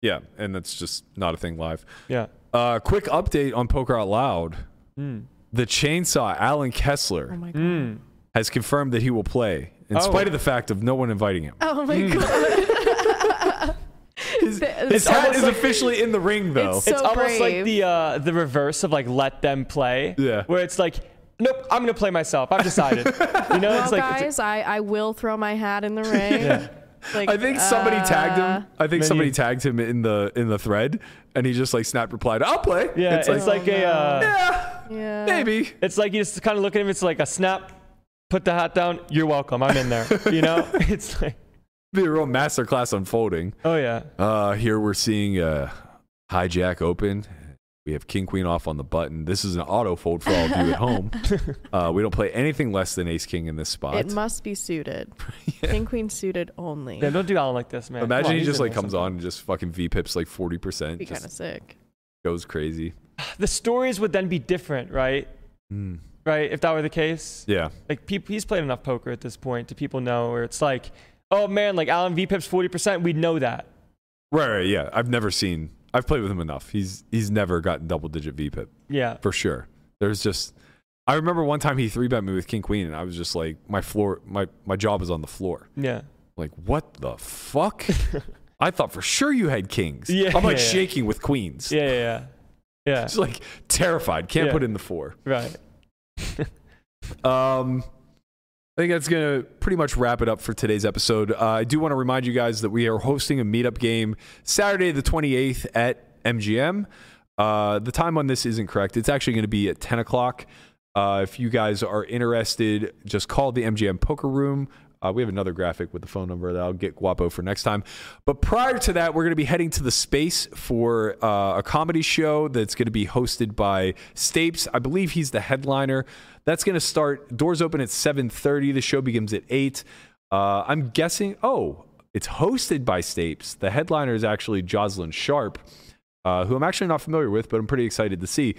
Yeah, and that's just not a thing live.
Yeah.
Uh, quick update on Poker Out Loud.
Hmm.
The chainsaw Alan Kessler
Oh my god.
Hmm.
[laughs]
has confirmed that he will play, in
Oh.
spite of the fact of no one inviting
[laughs]
him.
Oh my
[laughs]
god.
His, his hat
almost
is
like-
officially in the ring, though.
It's- So
it's almost like
brave.
the uh, the reverse of like let them play.
Yeah.
Where it's like, nope, I'm gonna play myself.
[laughs]
I've decided. you know, it's
Well,
like it's-
guys, I, I will throw my hat in the ring. Like, uh,
I think somebody tagged him. [laughs] I think
Menu.
somebody tagged him in the in the thread, and he just like snapped replied, "I'll play."
yeah,
it's
it's,
like,
like, a
Oh,
uh,
yeah.
maybe.
it's like you just kind of look at him. It's like a snap, put the hat down. You're welcome. I'm in there.
[laughs]
You know, [laughs] it's like,
Be a real masterclass unfolding.
oh yeah, [laughs]
Uh, here we're seeing uh, hijack open. We have king queen off on the button. This is an auto fold for all of
[laughs]
you at home. Uh, we don't play anything less than ace king in this spot. [laughs]
It must be suited. King queen suited only.
yeah. Don't do Alan like this, man. Come
Imagine
on,
he
he's
just
in
like
there
comes
sometime.
on and just fucking V pips like forty percent,
be kind
just
of sick.
goes crazy.
the stories would then be different, right? Hmm. Right, if that were the case.
Yeah,
Like peop he's played enough poker at this point to people know where it's like, oh man, like Alan V pips forty percent, we know that.
Right, right, yeah. I've never seen. I've played with him enough. He's he's never gotten double digit VPIP
Yeah.
for sure. There's just. I remember one time he three bet me with king queen, and I was just like, my floor, my my job is on the floor.
Yeah. [laughs]
Like, what the fuck? I thought for sure you had kings.
[laughs] Yeah.
I'm like shaking with queens.
Yeah. Yeah. Yeah. yeah.
Just like terrified. Can't
Yeah.
put in the four.
Right.
Um, I think that's going to pretty much wrap it up for today's episode. Uh, I do want to remind you guys that we are hosting a meetup game Saturday, the 28th at MGM. Uh, the time on this isn't correct. It's actually going to be at 10 o'clock. Uh, if you guys are interested, just call the MGM Poker Room. Uh, we have another graphic with the phone number that I'll get Guapo for next time. But prior to that, we're going to be heading to the space for uh, a comedy show that's going to be hosted by Stapes. I believe he's the headliner. That's going to start. Doors open at 7:30. The show begins at 8. Uh, I'm guessing. Oh, it's hosted by Stapes. The headliner is actually Jocelyn Sharp, uh, who I'm actually not familiar with, but I'm pretty excited to see.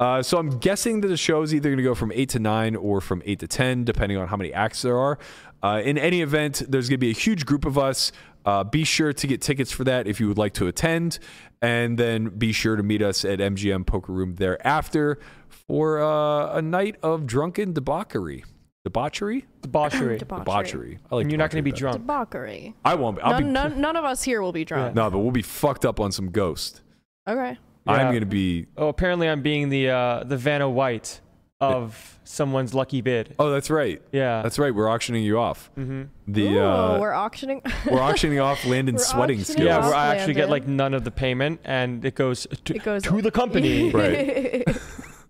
Uh, so I'm guessing that the show is either going to go from eight to nine or from eight to ten, depending on how many acts there are. Uh, in any event, there's going to be a huge group of us. Uh, be sure to get tickets for that if you would like to attend, and then be sure to meet us at MGM Poker Room thereafter for uh, a night of drunken debauchery. Debauchery,
[coughs]
Debauchery.
debauchery. I like
And you're not going to
debauchery
be
better.
drunk.
Debauchery.
I won't. Be, I'll
None,
be [laughs]
none, none of us here will be drunk.
no, but we'll be fucked up on some ghost.
Okay.
I'm
Yeah.
gonna be.
Oh, apparently I'm being the uh, the Vanna White of someone's lucky bid.
Oh, that's right.
Yeah.
That's right. We're auctioning you off.
Mhm.
The
Ooh,
uh, we're,
[laughs] we're auctioning.
auctioning off Landon's
We're
sweating
auctioning
skills.
Yeah,
off
where I actually get
Landon.
like none of the payment and it goes to,
It goes
to the company.
Right.
[laughs]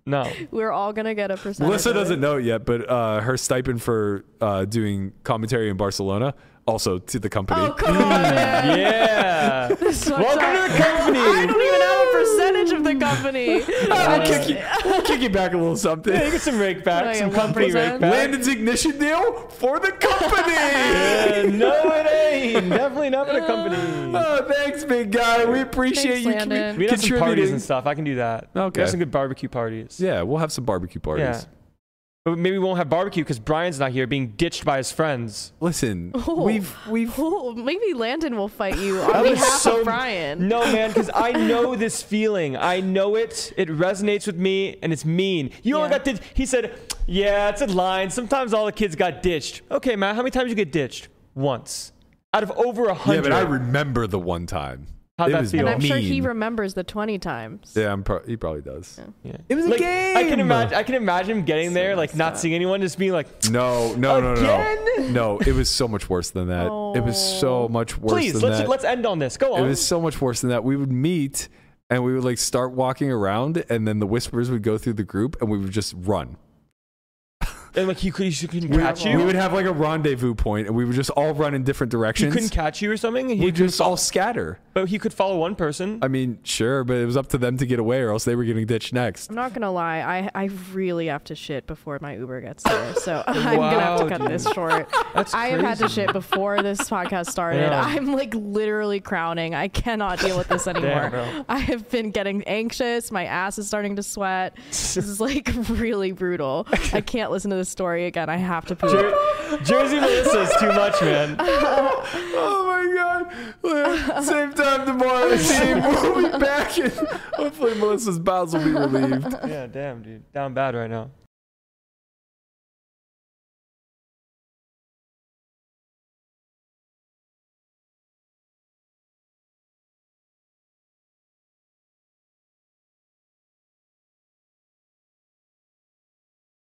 No.
we're all gonna get a percentage.
Melissa
of it.
doesn't know it yet, but uh, her stipend for uh, doing commentary in Barcelona also to the company.
Oh come on,
Hmm.
man. [laughs]
Yeah.
This one's
Welcome
our-
to the
I
company.
don't even have a percentage of the
[laughs]
company.
we'll, kick you, we'll [laughs] kick you back a little
[laughs]
Hey,
something.
get some rake back,
Like
some
a
company
1%?
rake back.
Landon's ignition deal for the
[laughs]
company.
Yeah, Uh, no, it ain't. Definitely not for the company.
oh, thanks, big guy. We appreciate
Thanks,
you.
Landon.
We have some parties
contributing.
and stuff. I can do that.
Okay.
We have some good barbecue parties.
Yeah, we'll have some barbecue parties.
Yeah. But maybe we won't have barbecue because Brian's not here being ditched by his friends.
Listen,
[laughs] Oh.
we've we've
Ooh, maybe Landon will fight
[laughs]
you on
was
behalf
so-
of Brian.
No, man, because
[laughs]
I know this feeling. I know it. It resonates with me, and it's mean. You only
Yeah.
got ditched. He said, Yeah, it's a line. Sometimes all the kids got ditched. Okay, Matt, how many times you get ditched? Once. Out of over a
yeah,
hundred.
but I remember the one time.
How'd
it
that
was
feel?
and I'm sure he
mean.
remembers the 20 times.
Yeah, I'm pro- he probably does.
Yeah.
It was a
like, I can
game.
imagine. I can imagine him getting there, like not seeing anyone, just being like,
No, no, no, no, no.
Again?
No, it was so much worse than that. It was
Oh.
so much worse
"Please,
than
let's
that.
let's end on this. Go
it
on."
was so much worse than that. We would meet and we would like start walking around and then the whispers would go through the group and we would just run.
and like he could, he couldn't
We-
catch
We
you.
would have like a rendezvous point and we would just all run in different
He
directions.
couldn't catch you or something. and He,
We'd just all scatter.
but he could follow one person.
I mean, sure, but it was up to them to get away or else they were getting ditched next.
I'm not going to lie. I, I really have to shit before my Uber gets there. So [laughs] I'm going to have to
Wow,
cut
dude.
this
[laughs]
short.
That's
I have had to
crazy.
shit before this podcast started.
Yeah.
I'm like literally crowning. I cannot deal with
[laughs]
this anymore.
bro.
I have been getting anxious. My ass is starting to sweat. This is like [laughs] really brutal. I can't listen to this story again. I have to poop.
[laughs] Jer- Jersey Melissa's too much, man.
[laughs] [laughs] Oh my god. [laughs] Same time tomorrow, team. We'll be back and hopefully Melissa's bowels will be relieved.
Yeah, damn, dude, down bad right now.